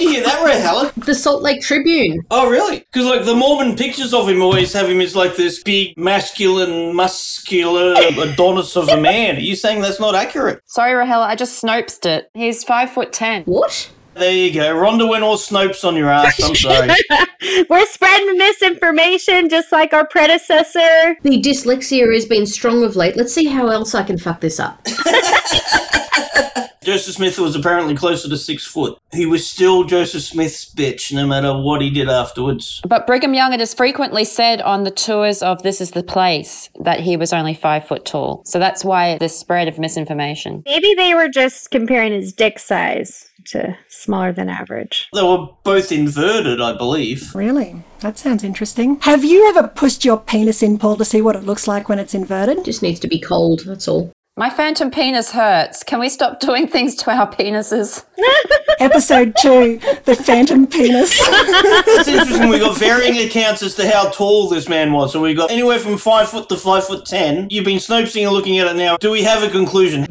S7: you hear that, Ray Halleck?
S1: The Salt Lake Tribune.
S7: Oh, really? Because like the Mormon pictures of him always have him as like this big, masculine, muscular Adonis of a man. Are you saying that's not accurate?
S6: Sorry, Rahel, I just snoped it. He's five foot ten.
S1: What?
S7: There you go. Rhonda went all Snopes on your ass. I'm sorry.
S3: We're spreading misinformation just like our predecessor.
S1: The dyslexia has been strong of late. Let's see how else I can fuck this up.
S7: Joseph Smith was apparently closer to six foot. He was still Joseph Smith's bitch, no matter what he did afterwards.
S6: But Brigham Young, it is frequently said on the tours of This Is the Place that he was only five foot tall. So that's why the spread of misinformation.
S3: Maybe they were just comparing his dick size to smaller than average.
S7: They were both inverted, I believe.
S2: Really? That sounds interesting. Have you ever pushed your penis in, Paul, to see what it looks like when it's inverted?
S1: Just needs to be cold. That's all.
S6: My phantom penis hurts. Can we stop doing things to our penises?
S2: Episode two, the phantom penis.
S7: It's interesting. We got varying accounts as to how tall this man was. So we got anywhere from five foot to five foot ten. You've been Snopesing and looking at it now. Do we have a conclusion?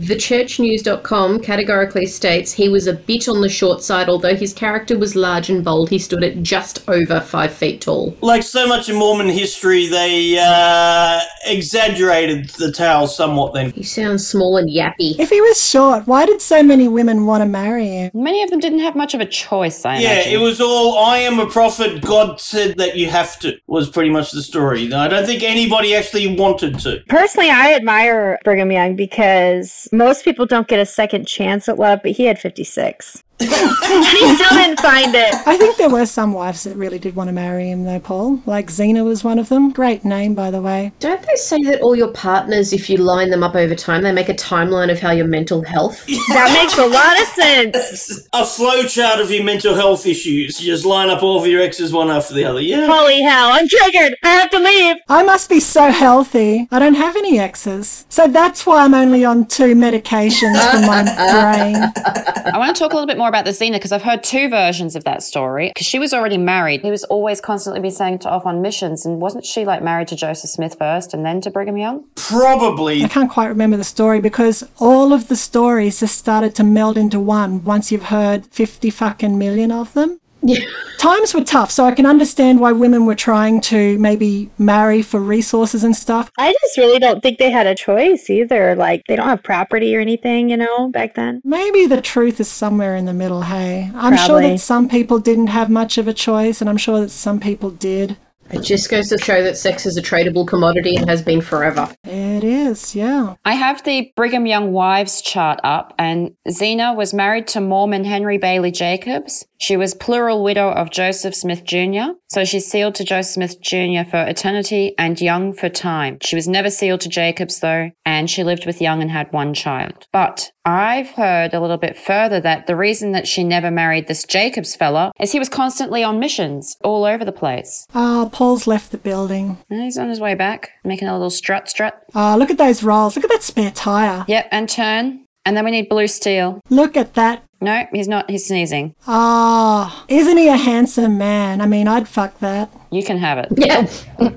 S1: TheChurchNews.com categorically states he was a bit on the short side, although his character was large and bold. He stood at just over five feet tall.
S7: Like so much in Mormon history, they uh, exaggerated the tale somewhat. Then
S1: He sounds small and yappy.
S2: If he was short, why did so many women want to marry him?
S6: Many of them didn't have much of a choice, I
S7: Yeah,
S6: imagine.
S7: it was all I am a prophet, God said that you have to, was pretty much the story. I don't think anybody actually wanted to.
S3: Personally, I admire Brigham Young because most people don't get a second chance at love, but he had 56. and he still didn't find it.
S2: I think there were some wives that really did want to marry him, though, Paul. Like Xena was one of them. Great name, by the way.
S1: Don't they say that all your partners, if you line them up over time, they make a timeline of how your mental health?
S3: That makes a lot of sense.
S7: A flowchart of your mental health issues. You just line up all of your exes one after the other. Yeah.
S3: Holy hell, I'm triggered. I have to leave.
S2: I must be so healthy. I don't have any exes. So that's why I'm only on two medications for my brain.
S6: I want to talk a little bit more about the Xena because I've heard two versions of that story. Because she was already married. He was always constantly be saying to off on missions. And wasn't she like married to Joseph Smith first and then to Brigham Young?
S7: Probably.
S2: I can't quite remember the story because all of the stories just started to meld into one once you've heard 50 fucking million of them. Times were tough, so I can understand why women were trying to maybe marry for resources and stuff.
S3: I just really don't think they had a choice either. Like, they don't have property or anything, you know, back then.
S2: Maybe the truth is somewhere in the middle, hey? I'm sure
S3: Probably.
S2: that some people didn't have much of a choice, and I'm sure that some people did.
S1: It just goes to show that sex is a tradable commodity and has been forever.
S2: It is, yeah.
S6: I have the Brigham Young wives chart up, and Xena was married to Mormon Henry Bailey Jacobs. She was plural widow of Joseph Smith Jr., so she's sealed to Joseph Smith Jr. for eternity and Young for time. She was never sealed to Jacobs, though, and she lived with Young and had one child. But I've heard a little bit further that the reason that she never married this Jacobs fella is he was constantly on missions all over the place.
S2: Oh, Paul's left the building.
S6: And he's on his way back, making a little strut strut.
S2: Oh, look at those rolls. Look at that spare tire.
S6: Yep, and turn. And then we need blue steel.
S2: Look at that.
S6: No, he's not. He's sneezing.
S2: Oh, isn't he a handsome man? I mean, I'd fuck that.
S6: You can have it.
S1: Yeah.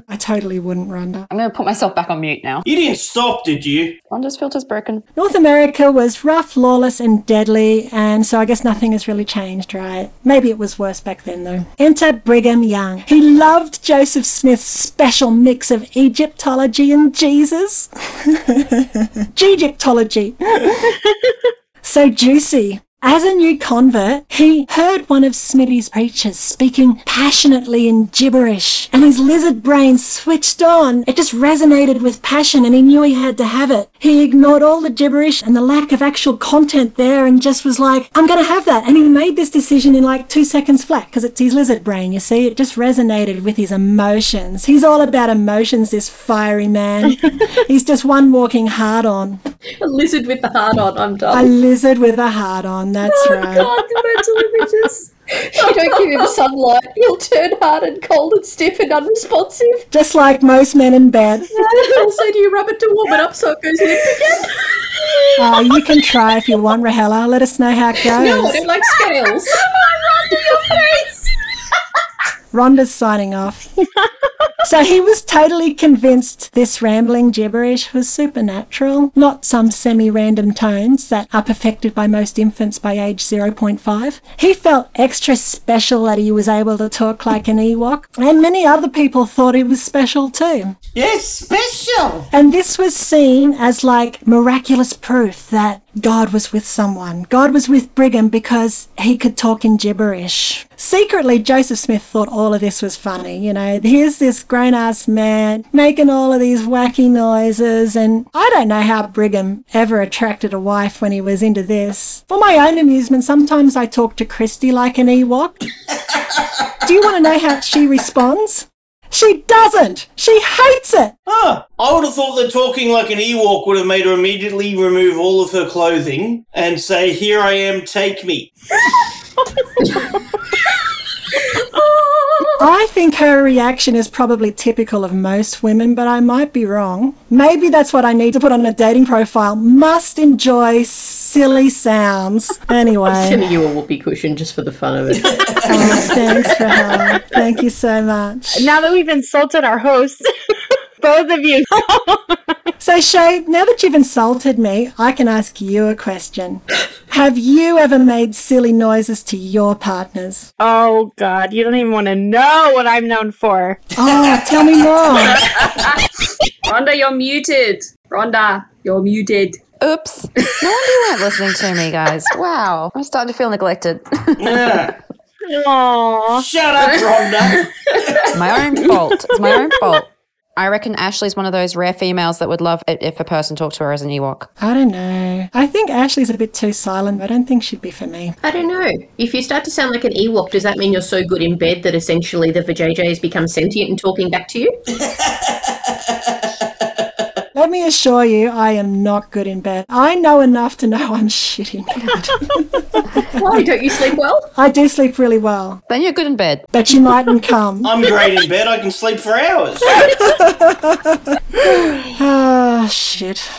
S2: I totally wouldn't, Rhonda.
S6: I'm going to put myself back on mute now.
S7: You didn't stop, did you?
S6: Ronda's filter's broken.
S2: North America was rough, lawless, and deadly, and so I guess nothing has really changed, right? Maybe it was worse back then, though. Enter Brigham Young. He loved Joseph Smith's special mix of Egyptology and Jesus. Egyptology. so juicy. As a new convert, he heard one of Smitty's preachers speaking passionately in gibberish, and his lizard brain switched on. It just resonated with passion, and he knew he had to have it. He ignored all the gibberish and the lack of actual content there and just was like, I'm going to have that. And he made this decision in like two seconds flat because it's his lizard brain, you see? It just resonated with his emotions. He's all about emotions, this fiery man. He's just one walking hard on.
S1: A lizard with the heart on. I'm
S2: A
S1: done.
S2: lizard with a heart on, that's right.
S1: If you don't give him sunlight, he'll turn hard and cold and stiff and unresponsive.
S2: Just like most men in bed.
S1: also, do you rub it to warm it up so it goes limp again?
S2: Uh, you can try if you want, Rahela. Let us know how it goes.
S1: No, I don't like scales.
S2: Rhonda's signing off. so he was totally convinced this rambling gibberish was supernatural, not some semi random tones that are perfected by most infants by age 0.5. He felt extra special that he was able to talk like an Ewok, and many other people thought he was special too.
S7: Yes, special.
S2: And this was seen as like miraculous proof that God was with someone. God was with Brigham because he could talk in gibberish. Secretly, Joseph Smith thought all of this was funny. You know, here's this grown ass man making all of these wacky noises. And I don't know how Brigham ever attracted a wife when he was into this. For my own amusement, sometimes I talk to Christy like an Ewok. Do you want to know how she responds? She doesn't! She hates it!
S7: Huh. I would have thought that talking like an Ewok would have made her immediately remove all of her clothing and say, "Here I am, take me."
S2: I think her reaction is probably typical of most women, but I might be wrong. Maybe that's what I need to put on a dating profile. Must enjoy silly sounds. Anyway,
S1: Send you a whoopee cushion just for the fun of it.
S2: oh, thanks for help. Thank you so much.
S3: Now that we've insulted our host, both of you.
S2: So, Shay, now that you've insulted me, I can ask you a question. Have you ever made silly noises to your partners?
S3: oh, God. You don't even want to know what I'm known for.
S2: Oh, tell me more.
S8: Rhonda, you're muted. Rhonda, you're muted.
S6: Oops. No wonder you weren't listening to me, guys. Wow. I'm starting to feel neglected.
S7: Yeah.
S3: Aww.
S7: Shut up, Rhonda.
S6: my own fault. It's my own fault. I reckon Ashley's one of those rare females that would love it if a person talked to her as an Ewok.
S2: I don't know. I think Ashley's a bit too silent. I don't think she'd be for me.
S1: I don't know. If you start to sound like an Ewok, does that mean you're so good in bed that essentially the vajayjay has become sentient and talking back to you?
S2: Let me assure you, I am not good in bed. I know enough to know I'm shit in bed.
S1: Why don't you sleep well?
S2: I do sleep really well,
S6: Then you're good in bed.
S2: but you mightn't come.
S7: I'm great in bed. I can sleep for hours.
S2: Ah, shit.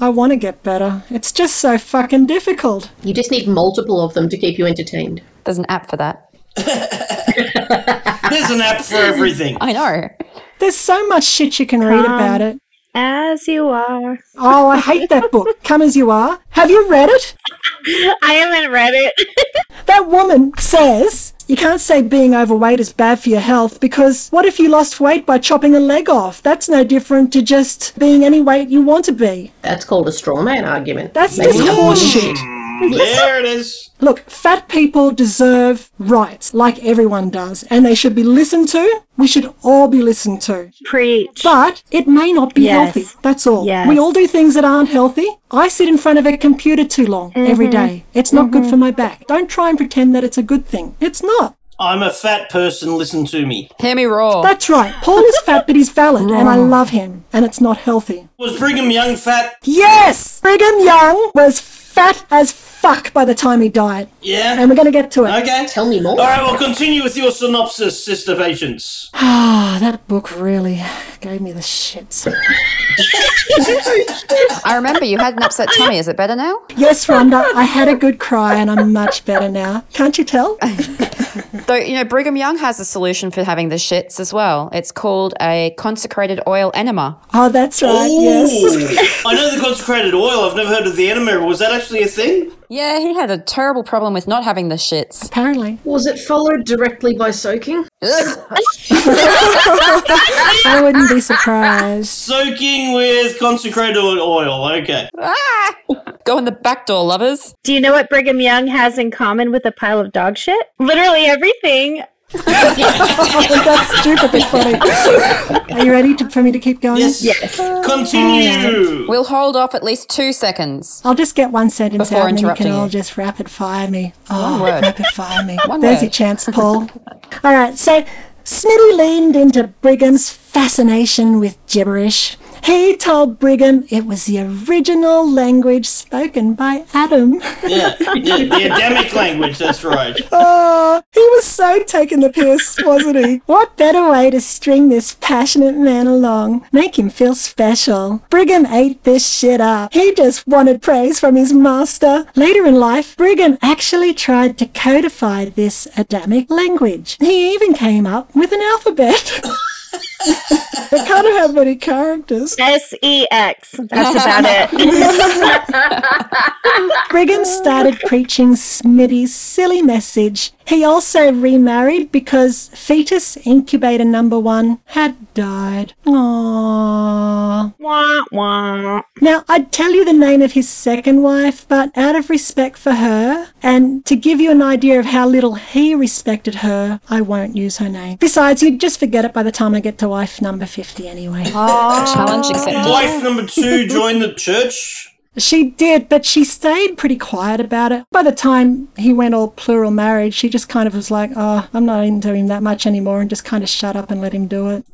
S2: I want to get better. It's just so fucking difficult.
S1: You just need multiple of them to keep you entertained.
S6: There's an app for that.
S7: There's an app for everything.
S6: I know.
S2: There's so much shit you can read about it.
S3: As you are.
S2: Oh, I hate that book, Come As You Are. Have you read it?
S3: I haven't read it.
S2: That woman says you can't say being overweight is bad for your health because what if you lost weight by chopping a leg off? That's no different to just being any weight you want to be.
S1: That's called a straw man argument.
S2: That's
S1: Maybe
S2: just
S1: not.
S2: horseshit.
S7: There it is.
S2: Look, fat people deserve rights like everyone does, and they should be listened to. We should all be listened to.
S3: Preach.
S2: But it may not be
S3: Yes.
S2: healthy. That's all.
S3: Yes.
S2: We all do things that aren't healthy. I sit in front of a computer too long every
S3: Mm-hmm.
S2: day. It's not good for my back. Don't try and pretend that it's a good thing. It's not.
S7: I'm a fat person. Listen to me.
S6: Hear me roar.
S2: That's right. Paul is fat, but he's valid, and I love him, and it's not healthy.
S7: Was Brigham Young fat?
S2: Yes! Brigham Young was fat as fuck by the time he died,
S7: Yeah.
S2: and we're going to get to it.
S7: Okay.
S1: Tell me more.
S7: All right. Well, continue with your synopsis, sister patience.
S2: Ah, that book really gave me the shits.
S6: I remember you had an upset tummy. Is it better now?
S2: Yes, Rhonda, I had a good cry and I'm much better now. Can't you tell?
S6: Though, you know, Brigham Young has a solution for having the shits as well. It's called a consecrated oil enema.
S2: Oh, that's right. Yes.
S7: I know the consecrated oil. I've never heard of the enema. Was that actually a thing?
S6: Yeah, he had a terrible problem with not having the shits.
S2: Apparently.
S1: Was it followed directly by soaking?
S2: I wouldn't be surprised.
S6: Um,
S7: Soaking with consecrated oil. Okay.
S6: Ah! Go in the back door, lovers.
S3: Do you know what Brigham Young has in common with a pile of dog shit? Literally everything.
S2: That's stupid but funny. Are you ready to, for me to keep going?
S7: Yes.
S3: Yes.
S7: Continue.
S6: We'll hold off at least two seconds.
S2: I'll just get one sentence
S6: Before
S2: out and then you can
S6: interrupting
S2: all
S6: you.
S2: just rapid fire me. Oh,
S6: word.
S2: rapid fire me.
S6: One
S2: There's
S6: word.
S2: your chance, Paul. all right, so Smitty leaned into Brigham's fascination with gibberish. He told Brigham it was the original language spoken by Adam.
S7: Yeah. yeah. The Adamic language. That's right.
S2: Oh, he was so taking the piss, wasn't he? What better way to string this passionate man along? Make him feel special. Brigham ate this shit up. He just wanted praise from his master. Later in life, Brigham actually tried to codify this Adamic language. He even came up with an alphabet. it can't have many characters.
S3: S E X. That's about it.
S2: Brigham started preaching Smitty's silly message. He also remarried because fetus incubator number one had died. Aww.
S3: wah, wah.
S2: Now, I'd tell you the name of his second wife, but out of respect for her, and to give you an idea of how little he respected her, I won't use her name. Besides, you'd just forget it by the time I get to wife number 50 anyway.
S3: Oh,
S6: Challenge accepted.
S7: Wife number two joined the church.
S2: She did, but she stayed pretty quiet about it. By the time he went all plural marriage, she just kind of was like, oh, I'm not into him that much anymore, and just kind of shut up and let him do it.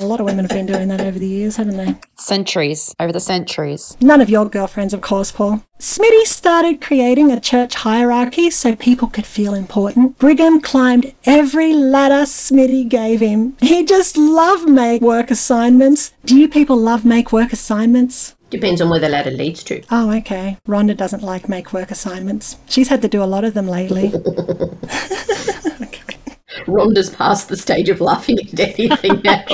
S2: A lot of women have been doing that over the years, haven't they?
S6: Centuries. Over the centuries.
S2: None of your girlfriends, of course, Paul. Smitty started creating a church hierarchy so people could feel important. Brigham climbed every ladder Smitty gave him. He just loved make work assignments. Do you people love make work assignments?
S1: Depends on where the ladder leads to.
S2: Oh, okay. Rhonda doesn't like make work assignments. She's had to do a lot of them lately.
S1: Rhonda's past the stage of laughing at anything now.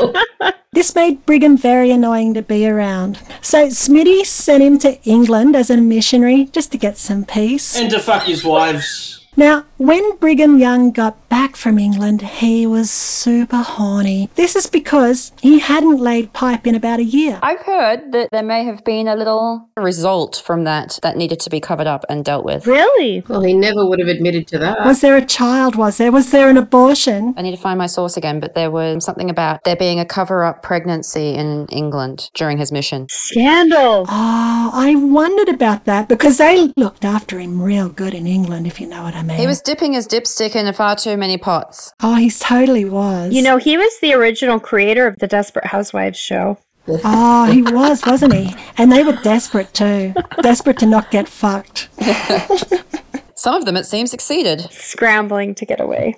S2: This made Brigham very annoying to be around. So Smitty sent him to England as a missionary just to get some peace.
S7: And to fuck his wives.
S2: Now, when Brigham Young got back from England, he was super horny. This is because he hadn't laid pipe in about a year.
S6: I've heard that there may have been a little result from that that needed to be covered up and dealt with.
S3: Really?
S1: well, he never would have admitted to that.
S2: Was there a child? Was there? Was there an abortion?
S6: I need to find my source again, but there was something about there being a cover up pregnancy in England during his mission.
S3: Scandal.
S2: Oh, I wondered about that because they looked after him real good in England, if you know what I mean.
S6: He was dipping his dipstick in far too many pots.
S2: Oh, he totally was.
S3: You know, he was the original creator of the Desperate Housewives show.
S2: Oh, he was, wasn't he? And they were desperate too. Desperate to not get fucked.
S6: Some of them, it seems, succeeded.
S3: Scrambling to get away.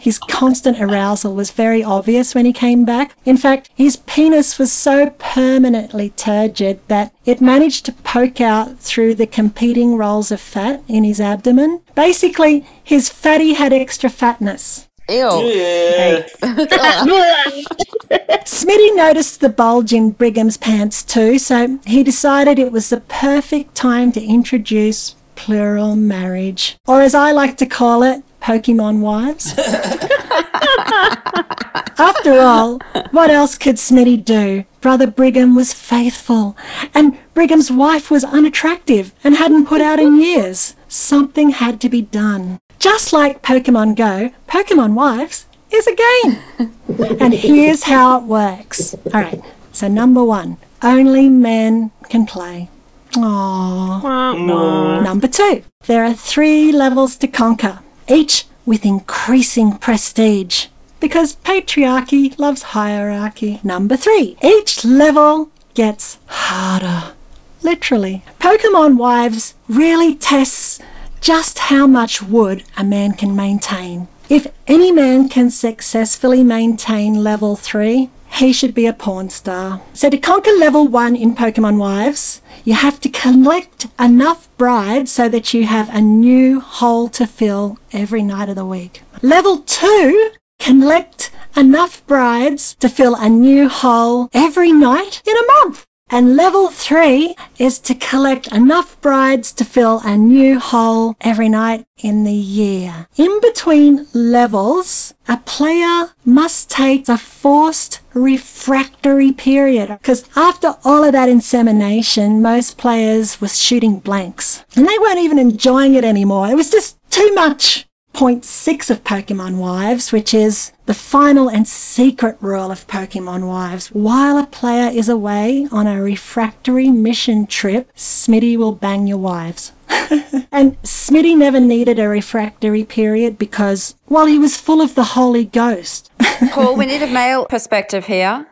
S2: His constant arousal was very obvious when he came back. In fact, his penis was so permanently turgid that it managed to poke out through the competing rolls of fat in his abdomen. Basically, his fatty had extra fatness.
S6: Ew.
S7: Yeah.
S2: Smitty noticed the bulge in Brigham's pants too, so he decided it was the perfect time to introduce plural marriage, or as I like to call it, Pokemon wives. After all, what else could Smitty do? Brother Brigham was faithful, and Brigham's wife was unattractive and hadn't put out in years. Something had to be done. Just like Pokemon Go, Pokemon Wives is a game. And here's how it works. All right. So number one, only men can play. Aww. Number two, there are three levels to conquer, each with increasing prestige. Because patriarchy loves hierarchy. Number three, each level gets harder. Literally. Pokemon Wives really tests just how much wood a man can maintain. If any man can successfully maintain level 3, he should be a porn star. So, to conquer level 1 in Pokemon Wives, you have to collect enough brides so that you have a new hole to fill every night of the week. Level 2 collect enough brides to fill a new hole every night in a month. And level three is to collect enough brides to fill a new hole every night in the year. In between levels, a player must take a forced refractory period. Because after all of that insemination, most players were shooting blanks and they weren't even enjoying it anymore. It was just too much. Point six of Pokemon Wives, which is the final and secret rule of Pokemon Wives. While a player is away on a refractory mission trip, Smitty will bang your wives. and Smitty never needed a refractory period because, well, he was full of the Holy Ghost.
S6: Paul, we need a male perspective here.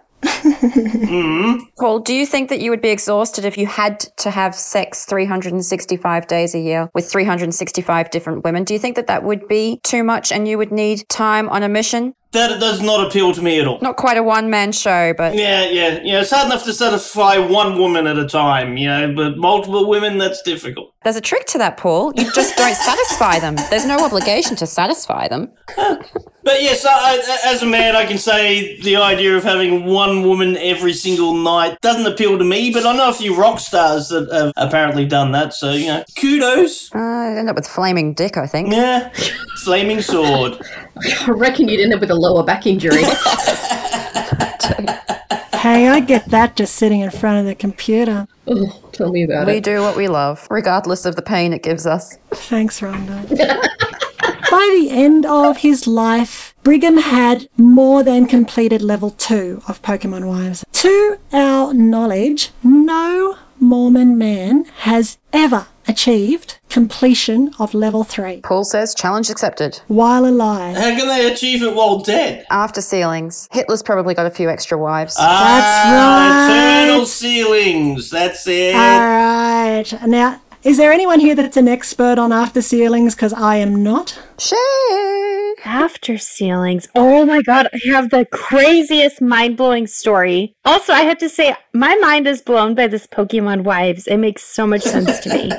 S7: Mm-hmm.
S6: Paul, do you think that you would be exhausted if you had to have sex 365 days a year with 365 different women? Do you think that that would be too much and you would need time on a mission?
S7: That does not appeal to me at all.
S6: Not quite a one man show, but
S7: Yeah, yeah, yeah. It's hard enough to satisfy one woman at a time, you know, but multiple women, that's difficult.
S6: there's a trick to that, Paul. You just don't satisfy them. There's no obligation to satisfy them.
S7: But yes, I, I- as a man, I can say the idea of having one woman every single night doesn't appeal to me, but I know a few rock stars that have apparently done that, so, you know, kudos.
S6: Uh, I'd end up with flaming dick, I think.
S7: Yeah, flaming sword.
S1: I reckon you'd end up with a lower back injury.
S2: hey, I get that just sitting in front of the computer.
S1: oh, tell me about
S6: We
S1: it.
S6: do what we love, regardless of the pain it gives us.
S2: Thanks, Rhonda. By the end of his life, Brigham had more than completed level two of Pokemon Wives. To our knowledge, no Mormon man has ever achieved completion of level three
S6: Paul says, challenge accepted.
S2: while alive.
S7: How can they achieve it while dead?
S6: After ceilings, Hitler's probably got a few extra wives.
S7: Ah,
S2: right. Ah.
S7: Eternal ceilings. That's it.
S2: All right. Now, is there anyone here that's an expert on after ceilings? Because I am not.
S6: Shit.
S3: After ceilings. Oh my god, I have the craziest mind blowing story. Also, I have to say, my mind is blown by this Pokemon Wives. It makes so much sense to me.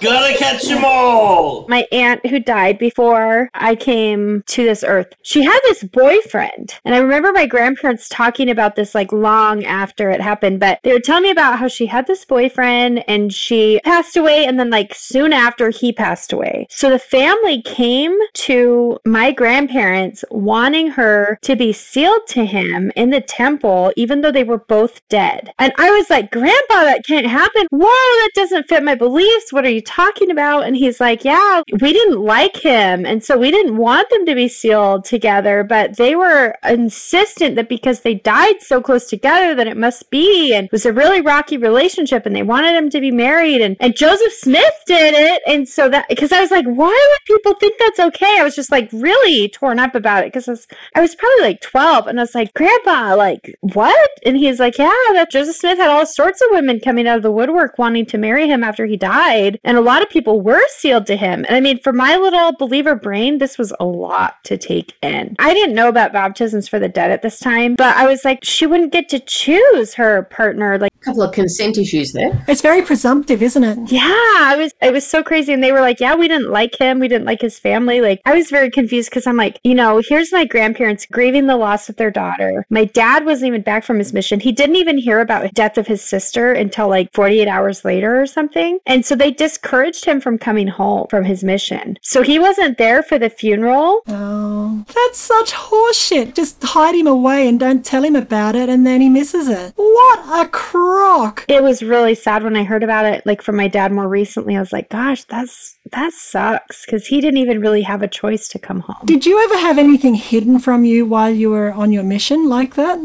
S7: Gotta catch them all.
S3: my aunt who died before I came to this earth, she had this boyfriend. And I remember my grandparents talking about this like long after it happened, but they were telling me about how she had this boyfriend and she passed away. And then, like, soon after he passed away. So the family came to my grandparents wanting her to be sealed to him in the temple, even though they were both dead. And I was like, Grandpa, that can't happen. Whoa, that doesn't fit my beliefs. What are you talking about? And he's like, Yeah, we didn't like him. And so we didn't want them to be sealed together, but they were insistent that because they died so close together that it must be. And it was a really rocky relationship and they wanted him to be married. And, and Joseph Smith did it. And so that, because I was like, Why would people think that's okay? I was just like really torn up about it because I was I was probably like 12 and I was like, Grandpa, like, what? And he's like, Yeah, that Joseph Smith had all sorts of women coming out of the woodwork wanting to marry him after he died. And a lot of people were sealed to him. And I mean, for my little believer brain, this was a lot to take in. I didn't know about baptisms for the dead at this time, but I was like, she wouldn't get to choose her partner. Like,
S1: A couple of consent issues there.
S2: It's very presumptive, isn't it?
S3: yeah, I was it was so crazy. And they were like, Yeah, we didn't like him, we didn't like his family. Like I was very confused because I'm like, you know, here's my grandparents grieving the loss of their daughter. My dad wasn't even back from his mission. He didn't even hear about death of his sister until like 48 hours later or something. And so they discouraged him from coming home from his mission. So he wasn't there for the funeral.
S2: Oh, that's such horseshit. Just hide him away and don't tell him about it, and then he misses it. What a crock!
S3: It was really sad when I heard about it, like from my dad more recently. I was like, gosh, that's that sucks. Cause he didn't even really have a choice to come home.
S2: Did you ever have anything hidden from you while you were on your mission like that?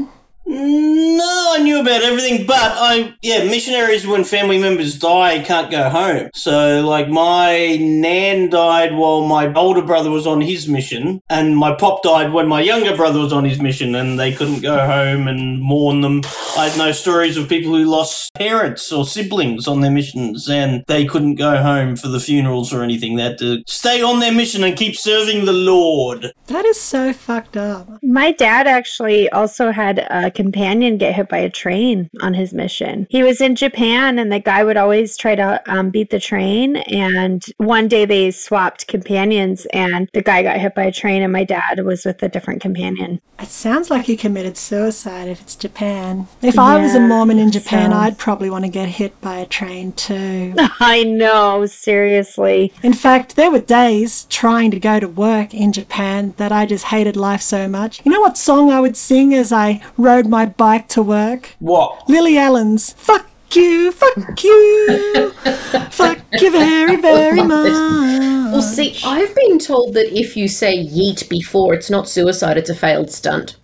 S7: No, I knew about everything, but I yeah, missionaries when family members die can't go home. So like my nan died while my older brother was on his mission, and my pop died when my younger brother was on his mission, and they couldn't go home and mourn them. I had no stories of people who lost parents or siblings on their missions, and they couldn't go home for the funerals or anything. They had to stay on their mission and keep serving the Lord.
S2: That is so fucked up.
S3: My dad actually also had a companion get hit by a train on his mission. He was in Japan, and the guy would always try to um, beat the train. And one day they swapped companions, and the guy got hit by a train, and my dad was with a different companion.
S2: It sounds like he committed suicide if it's Japan. If I was a
S3: Yeah,
S2: Mormon in Japan,
S3: so-
S2: I'd probably want to get hit by a train too.
S3: I know, seriously.
S2: In fact, there were days trying to go to work in Japan that I just hated life so much. You know what song I would sing as I rode my bike to work?
S7: What?
S2: Lily Allen's Fuck You, Fuck You, Fuck You Very, Very Much.
S1: Well, see, I've been told that if you say yeet before, it's not suicide, it's a failed stunt.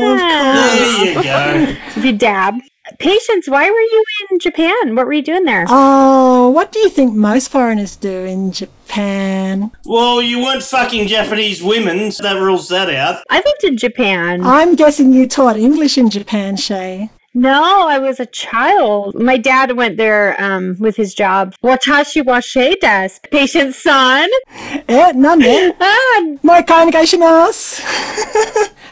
S7: There you go.
S3: If you dab. Patience, why were you in Japan? What were you doing there?
S2: Oh, what do you think most foreigners do in Japan?
S7: Well, you weren't fucking Japanese women, so that rules that out.
S3: I lived in Japan.
S2: I'm guessing you taught English in Japan, Shay.
S3: No, I was a child. My dad went there um, with his job. Watashi wa desu, patient son.
S2: Eh, none there.
S3: Ah,
S2: My congregationals.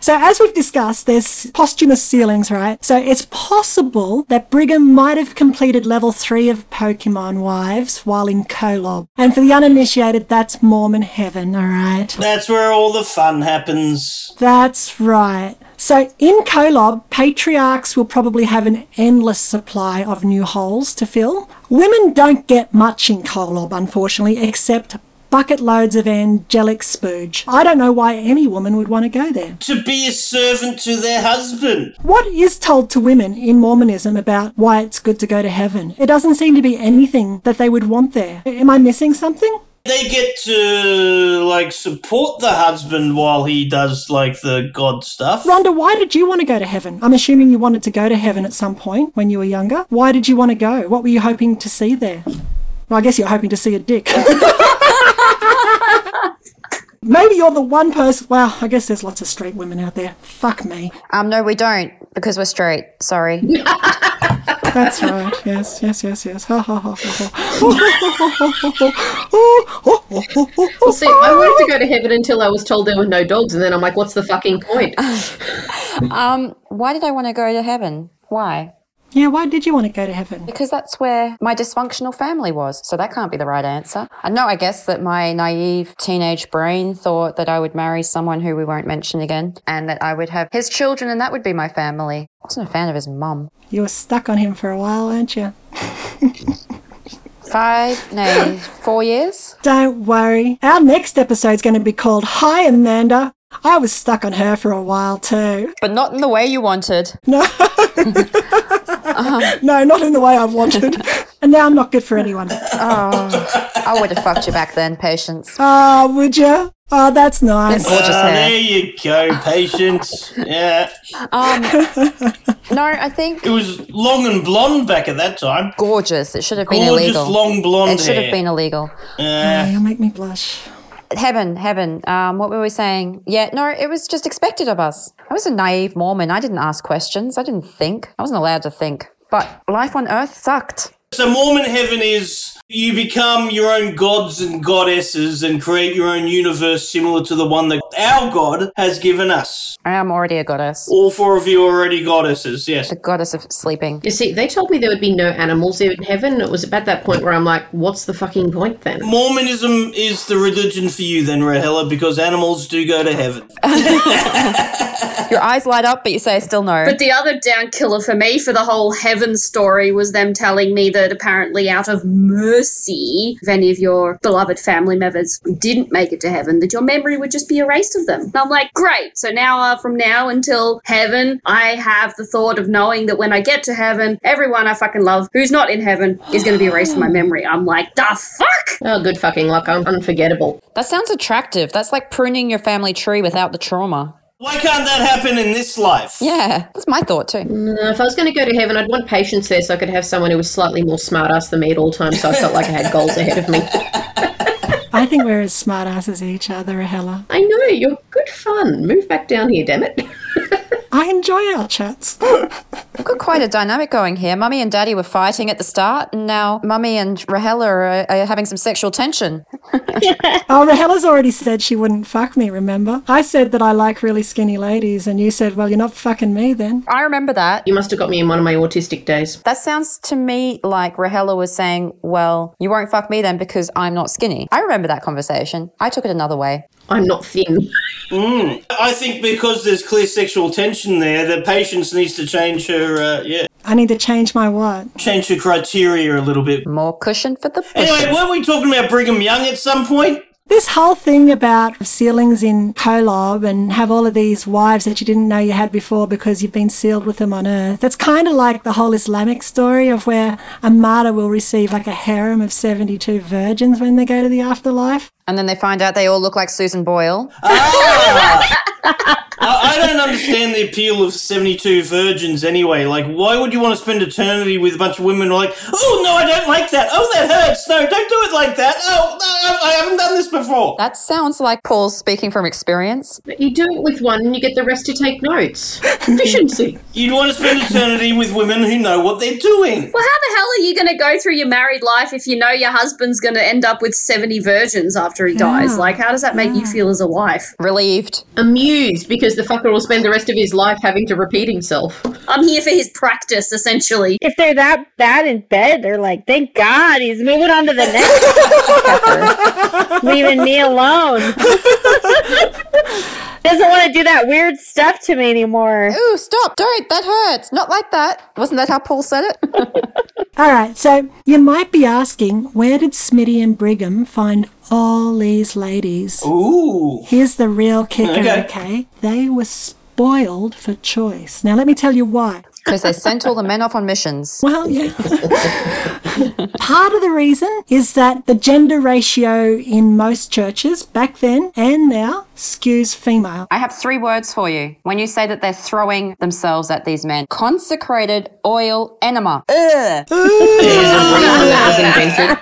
S2: so, as we've discussed, there's posthumous ceilings, right? So, it's possible that Brigham might have completed level three of Pokemon Wives while in Kolob. And for the uninitiated, that's Mormon heaven, all right?
S7: That's where all the fun happens.
S2: That's right. So in Kolob, patriarchs will probably have an endless supply of new holes to fill. Women don't get much in Kolob, unfortunately, except bucket loads of angelic spooge. I don't know why any woman would want to go there.
S7: To be a servant to their husband.
S2: What is told to women in Mormonism about why it's good to go to heaven? It doesn't seem to be anything that they would want there. Am I missing something?
S7: They get to, like, support the husband while he does, like, the god stuff.
S2: Rhonda, why did you want to go to heaven? I'm assuming you wanted to go to heaven at some point when you were younger. Why did you want to go? What were you hoping to see there? Well, I guess you're hoping to see a dick. Maybe you're the one person. Well, I guess there's lots of straight women out there. Fuck me.
S6: Um, no, we don't because we're straight. Sorry.
S2: That's right. Yes, yes, yes, yes. Ha ha ha ha.
S1: Well, see, I wanted to go to heaven until I was told there were no dogs, and then I'm like, what's the fucking point?
S6: Um, why did I want to go to heaven? Why?
S2: Yeah, why did you want to go to heaven?
S6: Because that's where my dysfunctional family was. So that can't be the right answer. I know, I guess, that my naive teenage brain thought that I would marry someone who we won't mention again and that I would have his children and that would be my family. I wasn't a fan of his mum.
S2: You were stuck on him for a while, weren't you?
S6: Five, no, four years?
S2: Don't worry. Our next episode's going to be called Hi Amanda. I was stuck on her for a while too.
S6: But not in the way you wanted.
S2: No, not in the way I wanted. and now I'm not good for anyone.
S6: Oh, I would have fucked you back then, patience.
S2: Ah, would you? Oh, that's nice.
S6: Gorgeous
S7: Ah, there
S6: hair.
S7: you go, patience. yeah.
S6: Um, no, I think
S7: It was long and blonde back at that time.
S6: gorgeous. It should have been
S7: Gorgeous
S6: illegal.
S7: long blonde
S6: it should
S7: hair.
S6: have been illegal.
S2: Yeah, You'll make me blush.
S6: heaven, heaven. Um, what were we saying? Yeah, no, it was just expected of us. I was a naive Mormon. I didn't ask questions. I didn't think. I wasn't allowed to think. But life on earth sucked.
S7: So Mormon heaven is you become your own gods and goddesses and create your own universe similar to the one that our God has given us.
S6: I am already a goddess.
S7: All four of you are already goddesses, yes.
S6: The goddess of sleeping.
S1: You see, they told me there would be no animals in heaven. It was about that point where I'm like, what's the fucking point then?
S7: Mormonism is the religion for you then, Rahela, because animals do go to heaven.
S6: Your eyes light up, but you say still no.
S8: But the other down killer for me for the whole heaven story was them telling me that apparently, out of mercy, if any of your beloved family members didn't make it to heaven, that your memory would just be erased of them. And I'm like, great. So now, uh, from now until heaven, I have the thought of knowing that when I get to heaven, everyone I fucking love who's not in heaven is going to be erased from my memory. I'm like, the fuck?
S1: Oh, good fucking luck. I'm unforgettable.
S6: that sounds attractive. That's like pruning your family tree without the trauma.
S7: Why can't that happen in this life?
S6: Yeah, that's my thought too.
S1: Uh, if I was going to go to heaven, I'd want patience there so I could have someone who was slightly more smart ass than me at all times so I felt like I had goals ahead of me.
S2: I think we're as smart asses as each other, Hella.
S1: I know, you're good fun. Move back down here, damn it.
S2: I enjoy our chats.
S6: We've got quite a dynamic going here. Mummy and Daddy were fighting at the start, and now Mummy and Rahela are, are having some sexual tension.
S2: Oh, Rahela's already said she wouldn't fuck me, remember? I said that I like really skinny ladies, and you said, well, you're not fucking me then.
S6: I remember that.
S1: You must have got me in one of my autistic days.
S6: That sounds to me like Rahela was saying, Well, you won't fuck me then because I'm not skinny. I remember that conversation. I took it another way.
S1: I'm not thin.
S7: I think because there's clear sexual tension there, the patience needs to change her, uh, yeah,
S2: I need to change my what?
S7: change her criteria a little bit.
S6: More cushion for the
S7: Anyway,
S6: bushes.
S7: weren't we talking about Brigham Young at some point?
S2: This whole thing about ceilings in Kolob and have all of these wives that you didn't know you had before because you've been sealed with them on earth. That's kind of like the whole Islamic story of where a martyr will receive like a harem of 72 virgins when they go to the afterlife.
S6: And then they find out they all look like Susan Boyle.
S7: I, I don't understand the appeal of 72 virgins anyway. Like, why would you want to spend eternity with a bunch of women who are like, oh, no, I don't like that. Oh, that hurts. No, don't do it like that. Oh, no, I, I haven't done this before.
S6: That sounds like Paul speaking from experience.
S1: But you do it with one and you get the rest to take notes. Efficiency.
S7: You'd want to spend eternity with women who know what they're doing.
S8: Well, how the hell are you going to go through your married life if you know your husband's going to end up with 70 virgins after he dies? Like, how does that make you feel as a wife?
S6: Relieved.
S1: Amused because the fucker will spend the rest of his life having to repeat himself.
S8: I'm here for his practice, essentially.
S3: If they're that bad in bed, they're like, thank God he's moving on to the next,
S6: Pepper.
S3: leaving me alone. Doesn't want to do that weird stuff to me anymore.
S6: Ooh, stop. Don't. That hurts. Not like that. Wasn't that how Paul said it?
S2: All right, so you might be asking, where did Smitty and Brigham find all these ladies?
S7: Ooh.
S2: Here's the real kicker,
S7: Okay.
S2: okay? They were spoiled for choice. Now, let me tell you why.
S6: Because they sent all the men off on missions.
S2: Well, yeah. Part of the reason is that the gender ratio in most churches back then and now skews female.
S6: I have three words for you. When you say that they're throwing themselves at these men, consecrated oil enema. Ugh.
S2: Uh,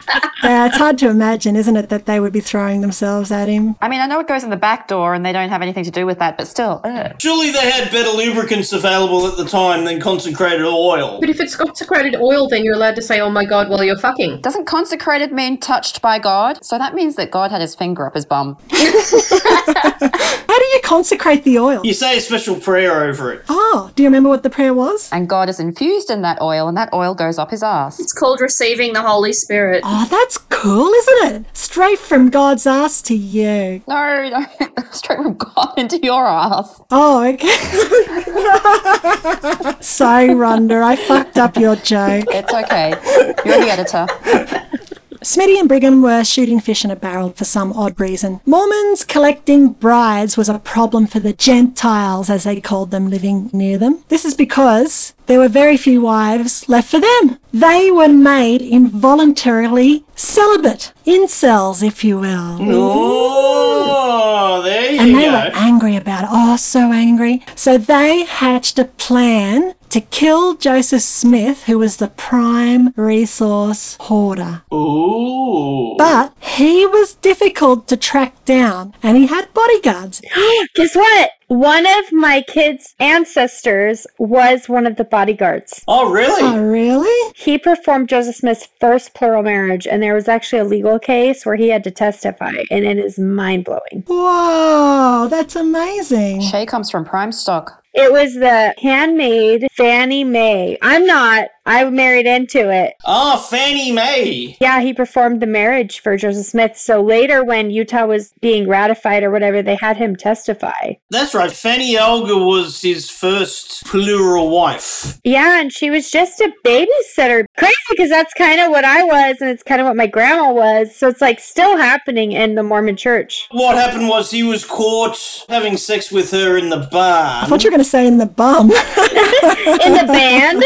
S2: it's hard to imagine, isn't it, that they would be throwing themselves at him?
S6: I mean, I know it goes in the back door and they don't have anything to do with that, but still. Ugh.
S7: Surely they had better lubricants available at the time than concentrated oil.
S1: But if it's consecrated oil, then you're allowed to say, oh my god, while you're fucking.
S6: Doesn't consecrated mean touched by God? So that means that God had his finger up his bum.
S2: How do you consecrate the oil?
S7: You say a special prayer over it.
S2: Oh, do you remember what the prayer was?
S6: And God is infused in that oil and that oil goes up his ass.
S8: It's called receiving the Holy Spirit.
S2: Oh, that's cool, isn't it? Straight from God's ass to you.
S6: No, no. Straight from God into your ass.
S2: Oh, okay. Sorry, Rhonda, I fucked up your joke.
S6: It's okay. You're the editor.
S2: Smitty and Brigham were shooting fish in a barrel for some odd reason. Mormons collecting brides was a problem for the Gentiles, as they called them living near them. This is because there were very few wives left for them. They were made involuntarily celibate, incels, if you will.
S7: Oh, there you
S2: And
S7: go.
S2: they were angry about it. Oh, so angry. So they hatched a plan to kill Joseph Smith, who was the prime resource hoarder.
S7: Ooh.
S2: But he was difficult to track down and he had bodyguards.
S3: Guess what? One of my kids' ancestors was one of the bodyguards.
S7: Oh, really?
S2: Oh, really?
S3: He performed Joseph Smith's first plural marriage, and there was actually a legal case where he had to testify, and it is mind blowing.
S2: Whoa, that's amazing.
S6: Shay comes from prime stock.
S3: It was the handmaid Fannie Mae. I'm not, I married into it.
S7: Ah, Fannie Mae.
S3: Yeah, he performed the marriage for Joseph Smith. So later, when Utah was being ratified or whatever, they had him testify.
S7: That's right. Fanny Elga was his first plural wife.
S3: Yeah, and she was just a babysitter. Crazy because that's kind of what I was, and it's kind of what my grandma was. So it's like still happening in the Mormon church.
S7: What happened was he was caught having sex with her in the barn.
S2: I thought you were going to say in the bum.
S3: In the band,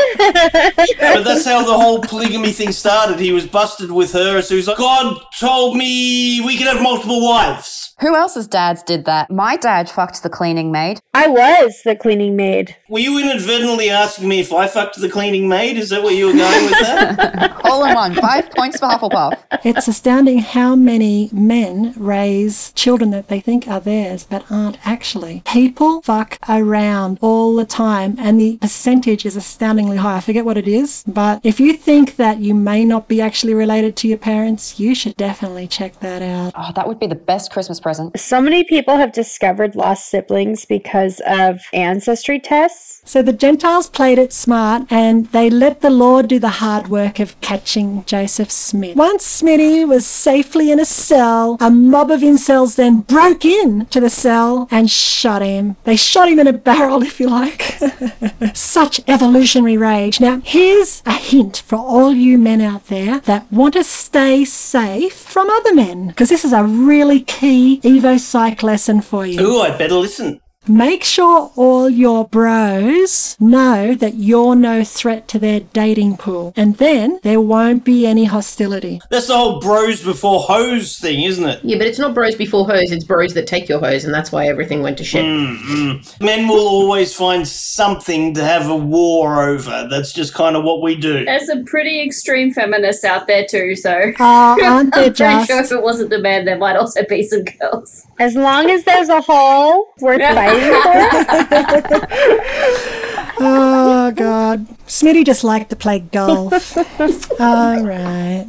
S7: But that's how the whole polygamy thing started. He was busted with her, so he's like, God told me we could have multiple wives.
S6: Who else's dads did that? My dad fucked the cleaning maid.
S3: I was the cleaning maid.
S7: Were you inadvertently asking me if I fucked the cleaning maid? Is that where you were going with that?
S6: All in one. Five points for Hufflepuff.
S2: It's astounding how many men raise children that they think are theirs but aren't actually. People fuck around all the time, and the percentage is astoundingly high. I forget what it is, but if you think that you may not be actually related to your parents, you should definitely check that out.
S6: Oh, that would be the best Christmas present.
S3: So many people have discovered lost siblings because of ancestry tests.
S2: So the Gentiles played it smart and they let the Lord do the hard work of catching Joseph Smith. Once Smitty was safely in a cell, a mob of incels then broke in to the cell and shot him. They shot him in a barrel, if you like. Such evolutionary rage. Now, here's a hint for all you men out there that want to stay safe from other men, because this is a really key Evo Psych lesson for you.
S7: Ooh, I'd better listen.
S2: Make sure all your bros know that you're no threat to their dating pool, and then there won't be any hostility.
S7: That's the whole bros before hoes thing, isn't it?
S1: Yeah, but it's not bros before hoes, it's bros that take your hose, and that's why everything went to shit.
S7: Men will always find something to have a war over. That's just kind of what we do.
S8: There's some pretty extreme feminists out there too, so
S2: Oh, aren't there
S8: I'm pretty sure
S2: just?
S8: if it wasn't the man, there might also be some girls.
S3: As long as there's a hole worth fighting for.
S2: Oh, God. Smitty just liked to play golf. All right.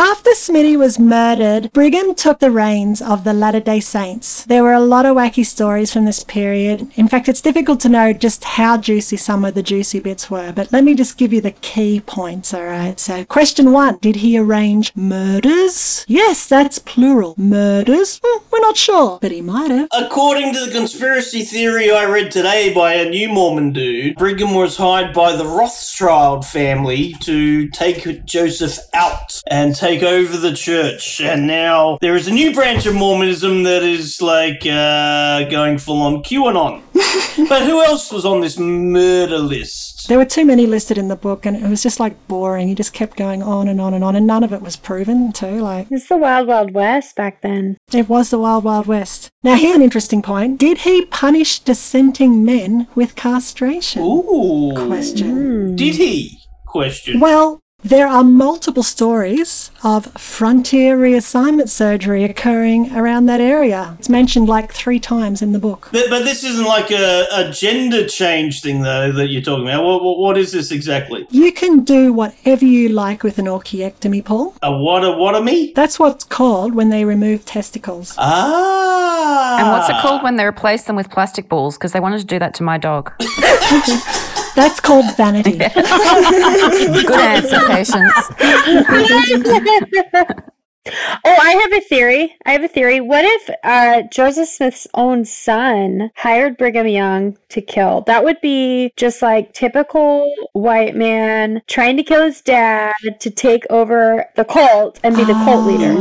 S2: After Smitty was murdered, Brigham took the reins of the Latter day Saints. There were a lot of wacky stories from this period. In fact, it's difficult to know just how juicy some of the juicy bits were, but let me just give you the key points, all right? So, question one Did he arrange murders? Yes, that's plural. Murders? Hmm, we're not sure, but he might have.
S7: According to the conspiracy theory I read today by a new Mormon dude, Brigham was hired by the Rothschild family to take Joseph out and take over the church. And now there is a new branch of Mormonism that is like uh, going full on QAnon. but who else was on this murder list?
S2: There were too many listed in the book, and it was just like boring. You just kept going on and on and on, and none of it was proven, too. Like,
S3: It's the Wild Wild West back then.
S2: It was the Wild Wild West. Now, here's an interesting point. Did he punish dissenting men with castration?
S7: Ooh. Hmm.
S2: Question.
S7: Did he? Question.
S2: Well, there are multiple stories of frontier reassignment surgery occurring around that area. It's mentioned like three times in the book.
S7: Th- But this isn't like a, a gender change thing, though, that you're talking about. What, what, what is this exactly?
S2: You can do whatever you like with an orchiectomy, Paul.
S7: A what a what a me?
S2: That's what's called when they remove testicles.
S7: Ah.
S6: And what's it called when they replace them with plastic balls? Because they wanted to do that to my dog.
S2: That's called vanity.
S6: Good answer, patience.
S3: Oh, I have a theory. I have a theory. What if uh, Joseph Smith's own son hired Brigham Young to kill? That would be just like typical white man trying to kill his dad to take over the cult and be the cult leader.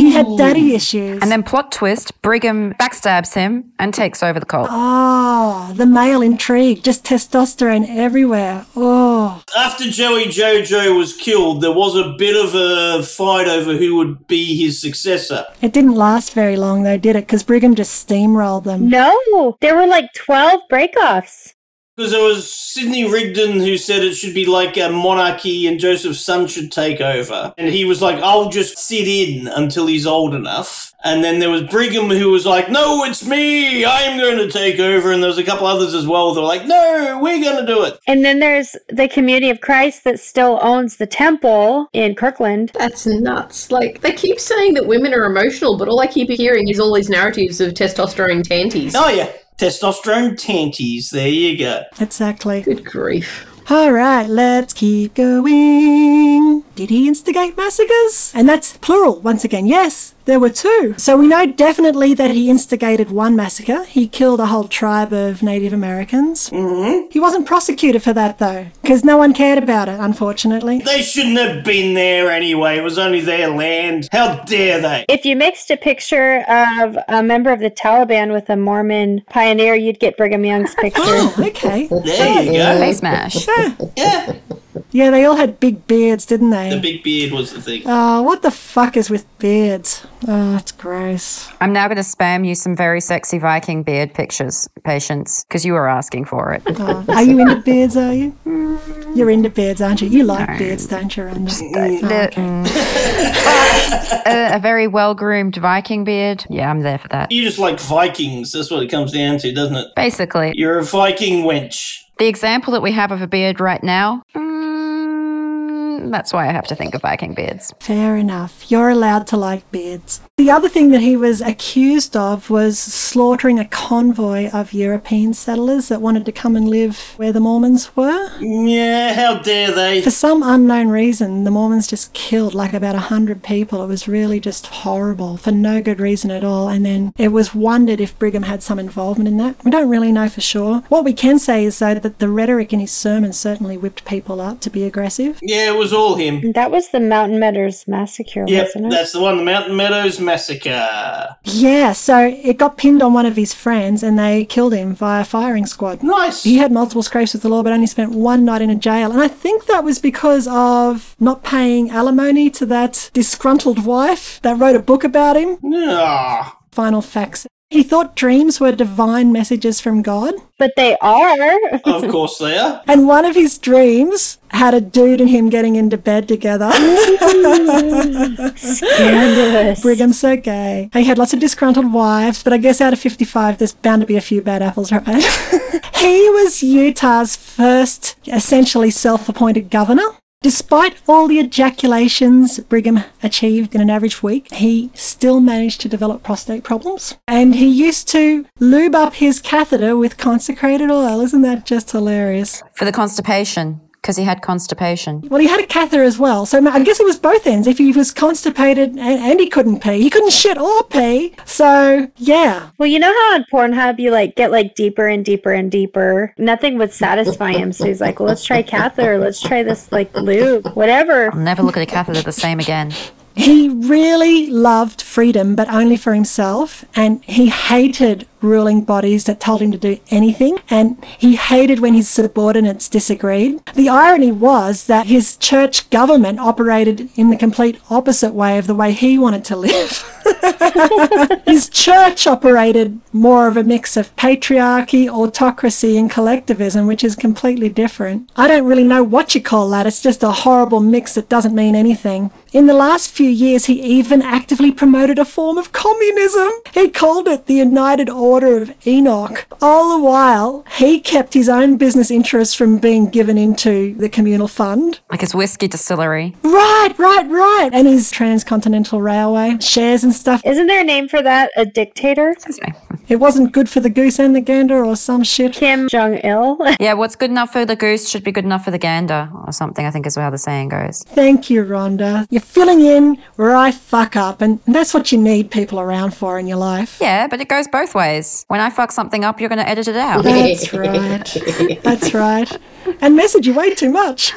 S2: He had daddy issues.
S6: And then plot twist, Brigham backstabs him and takes over the cult.
S2: Oh, the male intrigue, just testosterone everywhere. Oh,
S7: After Joey Jojo was killed, there was a bit of a fight over who would be his successor.
S2: it didn't last very long though, did it? Because Brigham just steamrolled them.
S3: No, there were like 12 breakoffs.
S7: Because there was Sidney Rigdon who said it should be like a monarchy and Joseph's son should take over. And he was like, I'll just sit in until he's old enough. And then there was Brigham who was like, No, it's me. I'm going to take over. And there was a couple others as well that were like, No, we're going to do it.
S3: And then there's the Community of Christ that still owns the temple in Kirkland.
S1: That's nuts. Like, they keep saying that women are emotional, but all I keep hearing is all these narratives of testosterone tanties.
S7: Oh, yeah. Testosterone tanties. There you go.
S2: Exactly.
S1: Good grief.
S2: All right, let's keep going. Did he instigate massacres? And that's plural once again. Yes, there were two. So we know definitely that he instigated one massacre. He killed a whole tribe of Native Americans. Mm-hmm. He wasn't prosecuted for that though, because no one cared about it, unfortunately.
S7: They shouldn't have been there anyway. It was only their land. How dare they?
S3: If you mixed a picture of a member of the Taliban with a Mormon pioneer, you'd get Brigham Young's picture.
S2: Oh, okay.
S7: There you go.
S6: Face mash.
S7: Yeah.
S2: Yeah, they all had big beards, didn't they?
S7: The big beard was the thing.
S2: Oh, what the fuck is with beards? Oh, it's gross.
S6: I'm now going to spam you some very sexy Viking beard pictures, patience, because you were asking for it.
S2: Oh, are you into beards, are you? You're into beards, aren't you? You like beards, don't you, Rhonda? Oh,
S6: The-
S2: okay.
S6: mm. a, a very well groomed Viking beard. Yeah, I'm there for that.
S7: You just like Vikings. That's what it comes down to, doesn't it?
S6: Basically,
S7: You're a Viking wench.
S6: the example that we have of a beard right now. Mm, that's why I have to think of Viking beards.
S2: Fair enough. You're allowed to like beards. The other thing that he was accused of was slaughtering a convoy of European settlers that wanted to come and live where the Mormons were.
S7: Yeah, how dare they?
S2: For some unknown reason, the Mormons just killed like about a hundred people. It was really just horrible for no good reason at all. And then it was wondered if Brigham had some involvement in that. We don't really know for sure. What we can say is though that the rhetoric in his sermons certainly whipped people up to be aggressive.
S7: Yeah, it was all him.
S3: That was the Mountain Meadows Massacre,
S7: Yep,
S3: wasn't it?
S7: that's the one, the Mountain Meadows Massacre.
S2: Yeah, so it got pinned on one of his friends and they killed him via firing squad.
S7: Nice.
S2: He had multiple scrapes with the law but only spent one night in a jail. And I think that was because of not paying alimony to that disgruntled wife that wrote a book about him.
S7: Ah,
S2: Final facts. He thought dreams were divine messages from God.
S3: But they are.
S7: of course they are.
S2: And one of his dreams had a dude and him getting into bed together.
S3: Scandalous.
S2: Brigham's so gay. He had lots of disgruntled wives, but I guess out of 55, there's bound to be a few bad apples, right? he was Utah's first essentially self appointed governor. Despite all the ejaculations Brigham achieved in an average week, he still managed to develop prostate problems. And he used to lube up his catheter with consecrated oil. Isn't that just hilarious?
S6: For the constipation, because he had constipation.
S2: Well, he had a catheter as well, so I guess it was both ends. If he was constipated and, and he couldn't pee, he couldn't shit or pee. So yeah,
S3: Well, you know how on Pornhub you like get like deeper and deeper and deeper. Nothing would satisfy him, so he's like, well, "Let's try catheter. Let's try this like lube, whatever."
S6: I'll never look at a catheter the same again.
S2: he really loved freedom, but only for himself, and he hated ruling bodies that told him to do anything, and he hated when his subordinates disagreed. The irony was that his church government operated in the complete opposite way of the way he wanted to live. His church operated more of a mix of patriarchy, autocracy, and collectivism, which is completely different. I don't really know what you call that. It's just a horrible mix that doesn't mean anything. In the last few years, he even actively promoted a form of communism. He called it the United Order of Enoch. All the while, he kept his own business interests from being given into the communal fund.
S6: Like his whiskey distillery.
S2: Right, right, right. And his transcontinental railway shares and stuff.
S3: Isn't there a name for that? A dictator?
S6: Excuse me.
S2: It wasn't good for the goose and the gander or some shit.
S3: Kim Jong Il?
S6: Yeah, what's good enough for the goose should be good enough for the gander, or something, I think is how the saying goes.
S2: Thank you, Rhonda. You're filling in where I fuck up, and that's what you need people around for in your life.
S6: Yeah, but it goes both ways. When I fuck something up, you're going to edit it out.
S2: That's right. That's right. And message you way too much.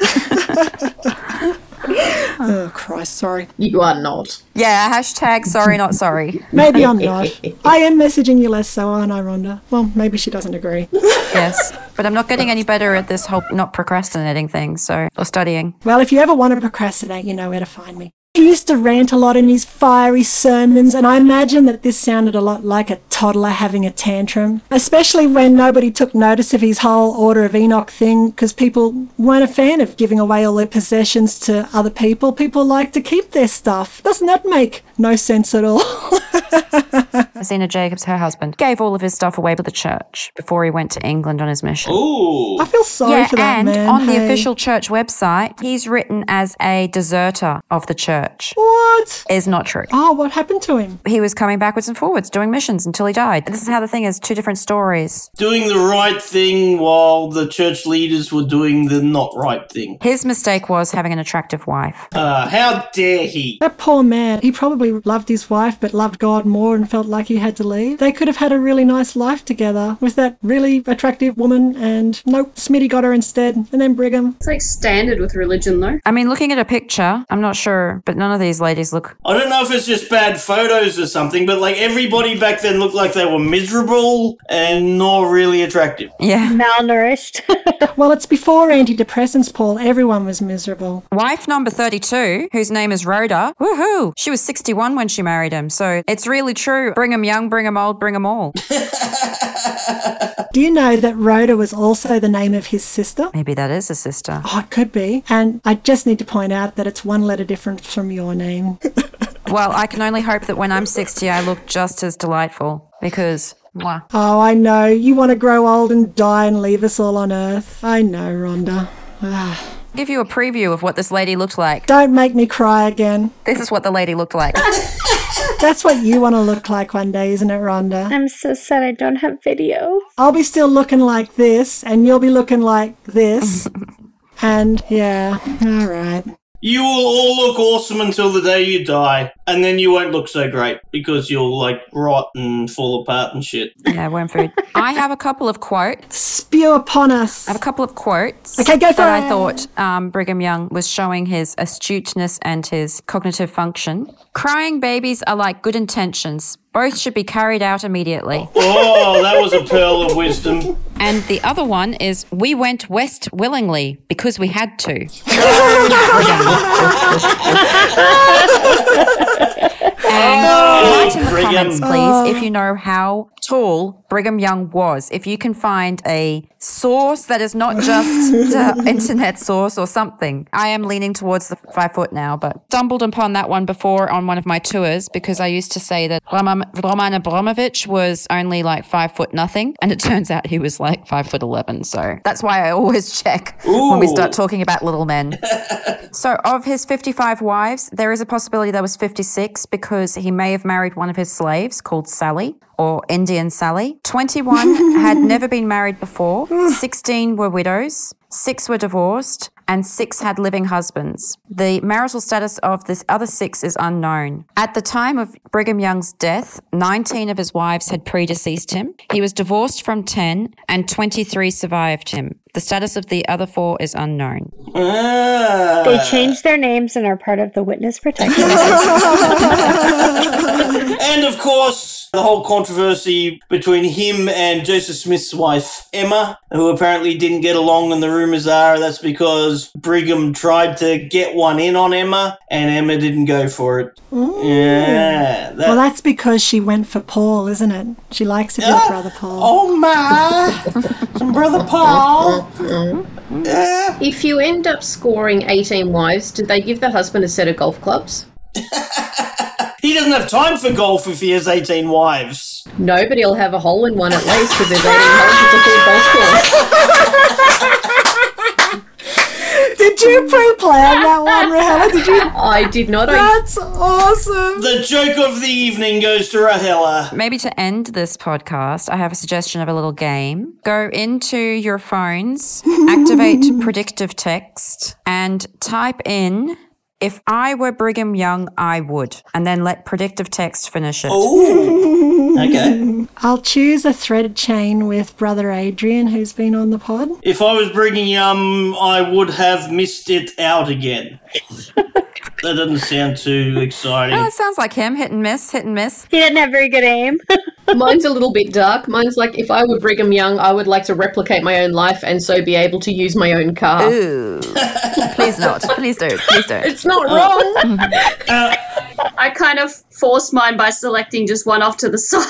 S2: oh, Christ, sorry.
S1: You are not.
S6: yeah, hashtag sorry, not sorry.
S2: Maybe I'm not. I am messaging you less, so aren't I, Rhonda? Well, maybe she doesn't agree.
S6: Yes, but I'm not getting any better at this whole not procrastinating thing, so, or studying.
S2: Well, if you ever want to procrastinate, you know where to find me. He used to rant a lot in his fiery sermons, and I imagine that this sounded a lot like a toddler having a tantrum, especially when nobody took notice of his whole Order of Enoch thing because people weren't a fan of giving away all their possessions to other people. People like to keep their stuff. Doesn't that make no sense at all?
S6: Zena Jacobs, her husband, gave all of his stuff away to the church before he went to England on his mission.
S7: Ooh.
S2: I feel sorry
S6: yeah,
S2: for that
S6: and
S2: man.
S6: on the
S2: hey.
S6: official church website, he's written as a deserter of the church.
S2: What?
S6: Is not true.
S2: Oh, what happened to him?
S6: He was coming backwards and forwards doing missions until he died. This is how the thing is two different stories.
S7: Doing the right thing while the church leaders were doing the not right thing.
S6: His mistake was having an attractive wife.
S7: Uh, how dare he?
S2: That poor man. He probably loved his wife, but loved God more and felt like like he had to leave. They could have had a really nice life together with that really attractive woman, and nope, Smitty got her instead, and then Brigham.
S8: It's like standard with religion, though.
S6: I mean, looking at a picture, I'm not sure, but none of these ladies look.
S7: I don't know if it's just bad photos or something, but like everybody back then looked like they were miserable and not really attractive.
S6: Yeah.
S3: Malnourished.
S2: Well, it's before antidepressants, Paul. Everyone was miserable.
S6: Wife number 32, whose name is Rhoda, woohoo! She was 61 when she married him. So it's really true. Bring 'em young, bring 'em old, bring 'em all.
S2: Do you know that Rhoda was also the name of his sister?
S6: Maybe that is a sister.
S2: Oh, it could be. And I just need to point out that it's one letter different from your name.
S6: Well, I can only hope that when I'm 60, I look just as delightful because. Mwah.
S2: Oh, I know. You want to grow old and die and leave us all on Earth. I know, Rhonda. Ah,
S6: Give you a preview of what this lady looked like.
S2: don't make me cry again.
S6: This is what the lady looked like.
S2: That's what you want to look like one day, isn't it, Rhonda?
S3: I'm so sad I don't have video.
S2: I'll be still looking like this, and you'll be looking like this. and yeah, all right.
S7: You will all look awesome until the day you die, and then you won't look so great because you'll like rot and fall apart and shit.
S6: yeah, worm food. I have a couple of quotes.
S2: Spew upon us.
S6: I have a couple of quotes.
S2: Okay, go for
S6: that
S2: it.
S6: I thought um, Brigham Young was showing his astuteness and his cognitive function. Crying babies are like good intentions. Both should be carried out immediately.
S7: Oh, that was a pearl of wisdom.
S6: And the other one is we went west willingly because we had to. and write in the
S7: Brigham.
S6: comments, please, if you know how tall Brigham Young was. If you can find a source that is not just uh, internet source or something. I am leaning towards the five foot now, but stumbled upon that one before on one of my tours because I used to say that Roman, Roman Abramovich was only like five foot nothing, and it turns out he was like five foot eleven. So that's why I always check when we start
S7: Ooh.
S6: talking about little men. So, of his 55 wives, there is a possibility there was 56 because he may have married one of his slaves called Sally or Indian Sally. 21 had never been married before, 16 were widows, 6 were divorced, and 6 had living husbands. The marital status of this other 6 is unknown. At the time of Brigham Young's death, 19 of his wives had predeceased him. He was divorced from 10 and 23 survived him. The status of the other 4 is unknown.
S7: Ah.
S3: They changed their names and are part of the witness protection.
S7: And of course, the whole controversy between him and Joseph Smith's wife, Emma, who apparently didn't get along, and the rumors are that's because Brigham tried to get one in on Emma, and Emma didn't go for it. Yeah. That,
S2: Well, that's because she went for Paul, isn't it? She likes a big brother Paul.
S7: oh my! Some brother Paul! Yeah.
S1: If you end up scoring 18 wives, did they give the husband a set of golf clubs?
S7: He doesn't have time for golf if he has 18 wives.
S1: No, but he'll have a hole in one at least because there's 18 holes with a full golf course.
S2: Did you pre-plan that one, Rahela? Did you?
S1: I did not. I
S2: That's awesome.
S7: The joke of the evening goes to Rahela.
S6: Maybe to end this podcast, I have a suggestion of a little game. Go into your phones, activate predictive text, and type in, if I were Brigham Young, I would. And then let predictive text finish it.
S7: Ooh. Okay.
S2: I'll choose a threaded chain with brother Adrian, who's been on the pod.
S7: If I was bringing um, I would have missed it out again. that doesn't sound too
S6: Oh,
S7: exciting.
S6: that sounds like him. Hit and miss, hit and miss.
S3: he didn't have very good aim.
S1: Mine's a little bit dark. Mine's like if I were Brigham Young, I would like to replicate my own life and so be able to use my own car.
S6: Ooh. Please not. Please don't. Please don't.
S1: It's not wrong.
S8: I kind of forced mine by selecting just one off to the side.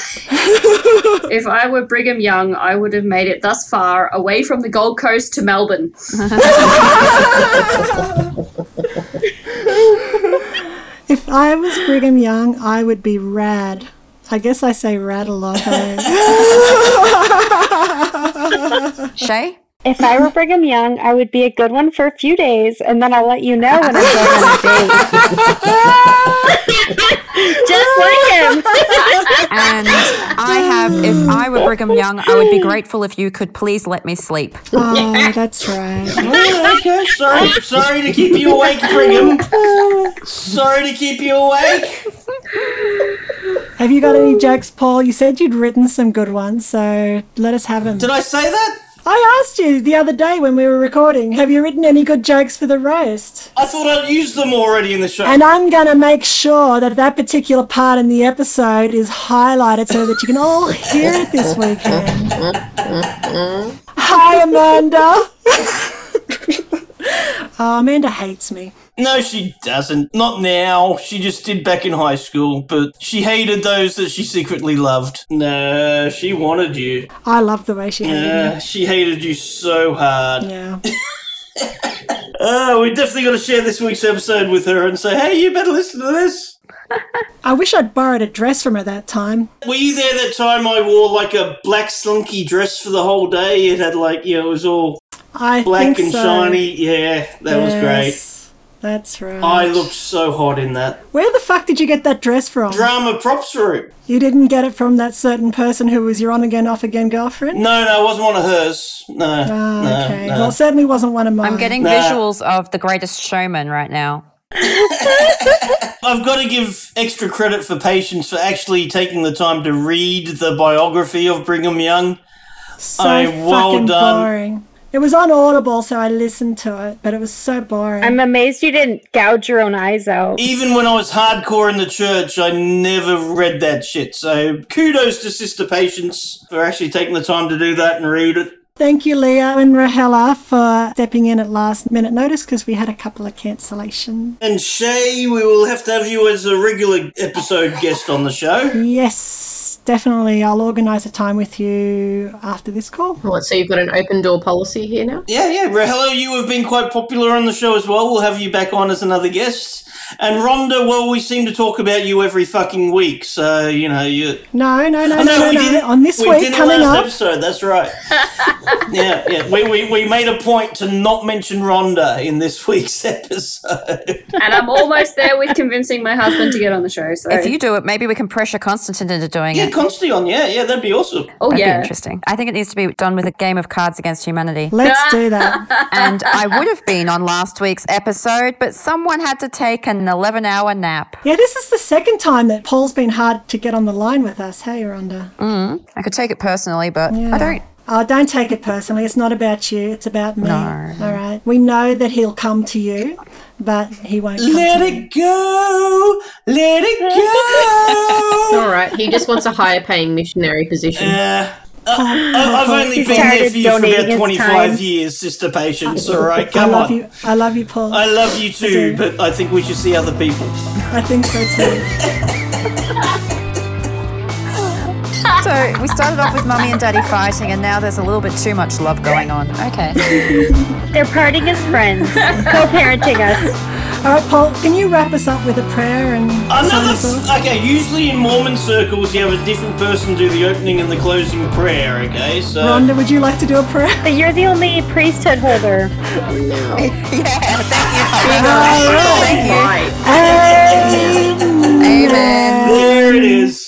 S8: if I were Brigham Young, I would have made it thus far away from the Gold Coast to Melbourne.
S2: If I was Brigham Young, I would be rad. I guess I say rad a lot. eh?
S6: Shay?
S3: If I were Brigham Young, I would be a good one for a few days, and then I'll let you know when I'm going on a date. Just like him.
S6: And I have, if I were Brigham Young, I would be grateful if you could please let me sleep.
S2: oh, that's right.
S7: Oh, okay, sorry, sorry to keep you awake, Brigham. Sorry to keep you awake.
S2: Have you got any jokes, Paul? You said you'd written some good ones, so let us have them.
S7: Did I say that?
S2: I asked you the other day when we were recording, have you written any good jokes for the roast?
S7: I thought I'd used them already in the show.
S2: And I'm going to make sure that that particular part in the episode is highlighted so that you can all hear it this weekend. Hi, Amanda. oh, Amanda hates me.
S7: no, she doesn't. Not now. She just did back in high school, but she hated those that she secretly loved. No, she wanted you.
S2: I love the way she hated
S7: Yeah,
S2: me.
S7: she hated you so hard.
S2: Yeah.
S7: Oh, we definitely got to share this week's episode with her and say, hey, you better listen to this.
S2: I wish I'd borrowed a dress from her that time.
S7: Were you there that time I wore like a black slinky dress for the whole day? It had like, you know, it was all
S2: I
S7: black
S2: think
S7: and
S2: so.
S7: shiny. Yeah, that was great.
S2: Yes, That's right.
S7: I looked so hot in that.
S2: Where the fuck did you get that dress from?
S7: Drama props room.
S2: you didn't get it from that certain person who was your on again, off again girlfriend?
S7: No, no, it wasn't one of hers. No,
S2: Ah,
S7: no,
S2: okay.
S7: no.
S2: Well, it certainly wasn't one of mine.
S6: I'm getting
S7: Nah.
S6: visuals of the greatest showman right now.
S7: I've got to give extra credit for patience for actually taking the time to read the biography of Brigham Young.
S2: so
S7: I-
S2: fucking
S7: well done.
S2: boring. It was on Audible, so I listened to it, but it was so boring.
S3: I'm amazed you didn't gouge your own eyes out.
S7: Even when I was hardcore in the church, I never read that shit. So kudos to Sister Patience for actually taking the time to do that and read it.
S2: Thank you, Leah and Rahela, for stepping in at last minute notice because we had a couple of cancellations.
S7: And Shay, we will have to have you as a regular episode guest on the show.
S2: Yes, definitely. I'll organise a time with you after this call.
S1: What, Oh, so you've got an open door policy here now?
S7: Yeah, yeah. Hello, you have been quite popular on the show as well. We'll have you back on as another guest. And Rhonda, well, we seem to talk about you every fucking week. So, you know, you.
S2: No, no, no,
S7: Oh,
S2: no, no.
S7: we did it.
S2: no. On this
S7: we
S2: week
S7: did it
S2: coming
S7: last
S2: up,
S7: episode. That's right. yeah, yeah. We, we we made a point to not mention Rhonda in this week's episode.
S8: And I'm almost there with convincing my husband to get on the show. So,
S6: If you do it, maybe we can pressure Constantine into doing
S7: yeah,
S6: it.
S7: Consteon. Yeah, yeah. That'd be awesome.
S8: oh
S6: That'd be
S8: yeah,
S6: interesting. I think it needs to be done with a game of cards against humanity.
S2: let's do that.
S6: and I would have been on last week's episode, but someone had to take an 11 hour nap.
S2: Yeah, this is the second time that Paul's been hard to get on the line with us. Hey, Rhonda.
S6: I could take it personally, but I don't.
S2: Oh, don't take it personally. It's not about you. It's about me. All right. We know that he'll come to you, but he won't. Come
S7: Let
S2: to
S7: it go. Let it go.
S1: All right, he just wants a higher paying missionary position.
S7: Yeah. I- I've only
S3: He's
S7: been
S3: tired
S7: there
S3: of
S7: for you for
S3: donating
S7: about
S3: his
S7: 25
S3: time.
S7: years, Sister Patience. All right,
S2: I
S7: come
S2: love
S7: on.
S2: you. I love you, Paul.
S7: I
S2: I,
S7: love you too,
S2: do.
S7: but I think we should see other people.
S2: think so too.
S6: So we started off with mummy and daddy fighting, and now there's a little bit too much love going on. Okay.
S3: They're parting as friends, co-parenting us.
S2: All right, Paul. Can you wrap us up with a prayer and
S7: Another.
S2: sign us off?
S7: F- okay, usually in Mormon circles, you have a different person do the opening and the closing prayer, okay? So.
S2: Rhonda, would you like to do a prayer?
S3: But you're the only priesthood holder.
S1: Right.
S2: Amen.
S7: There it is.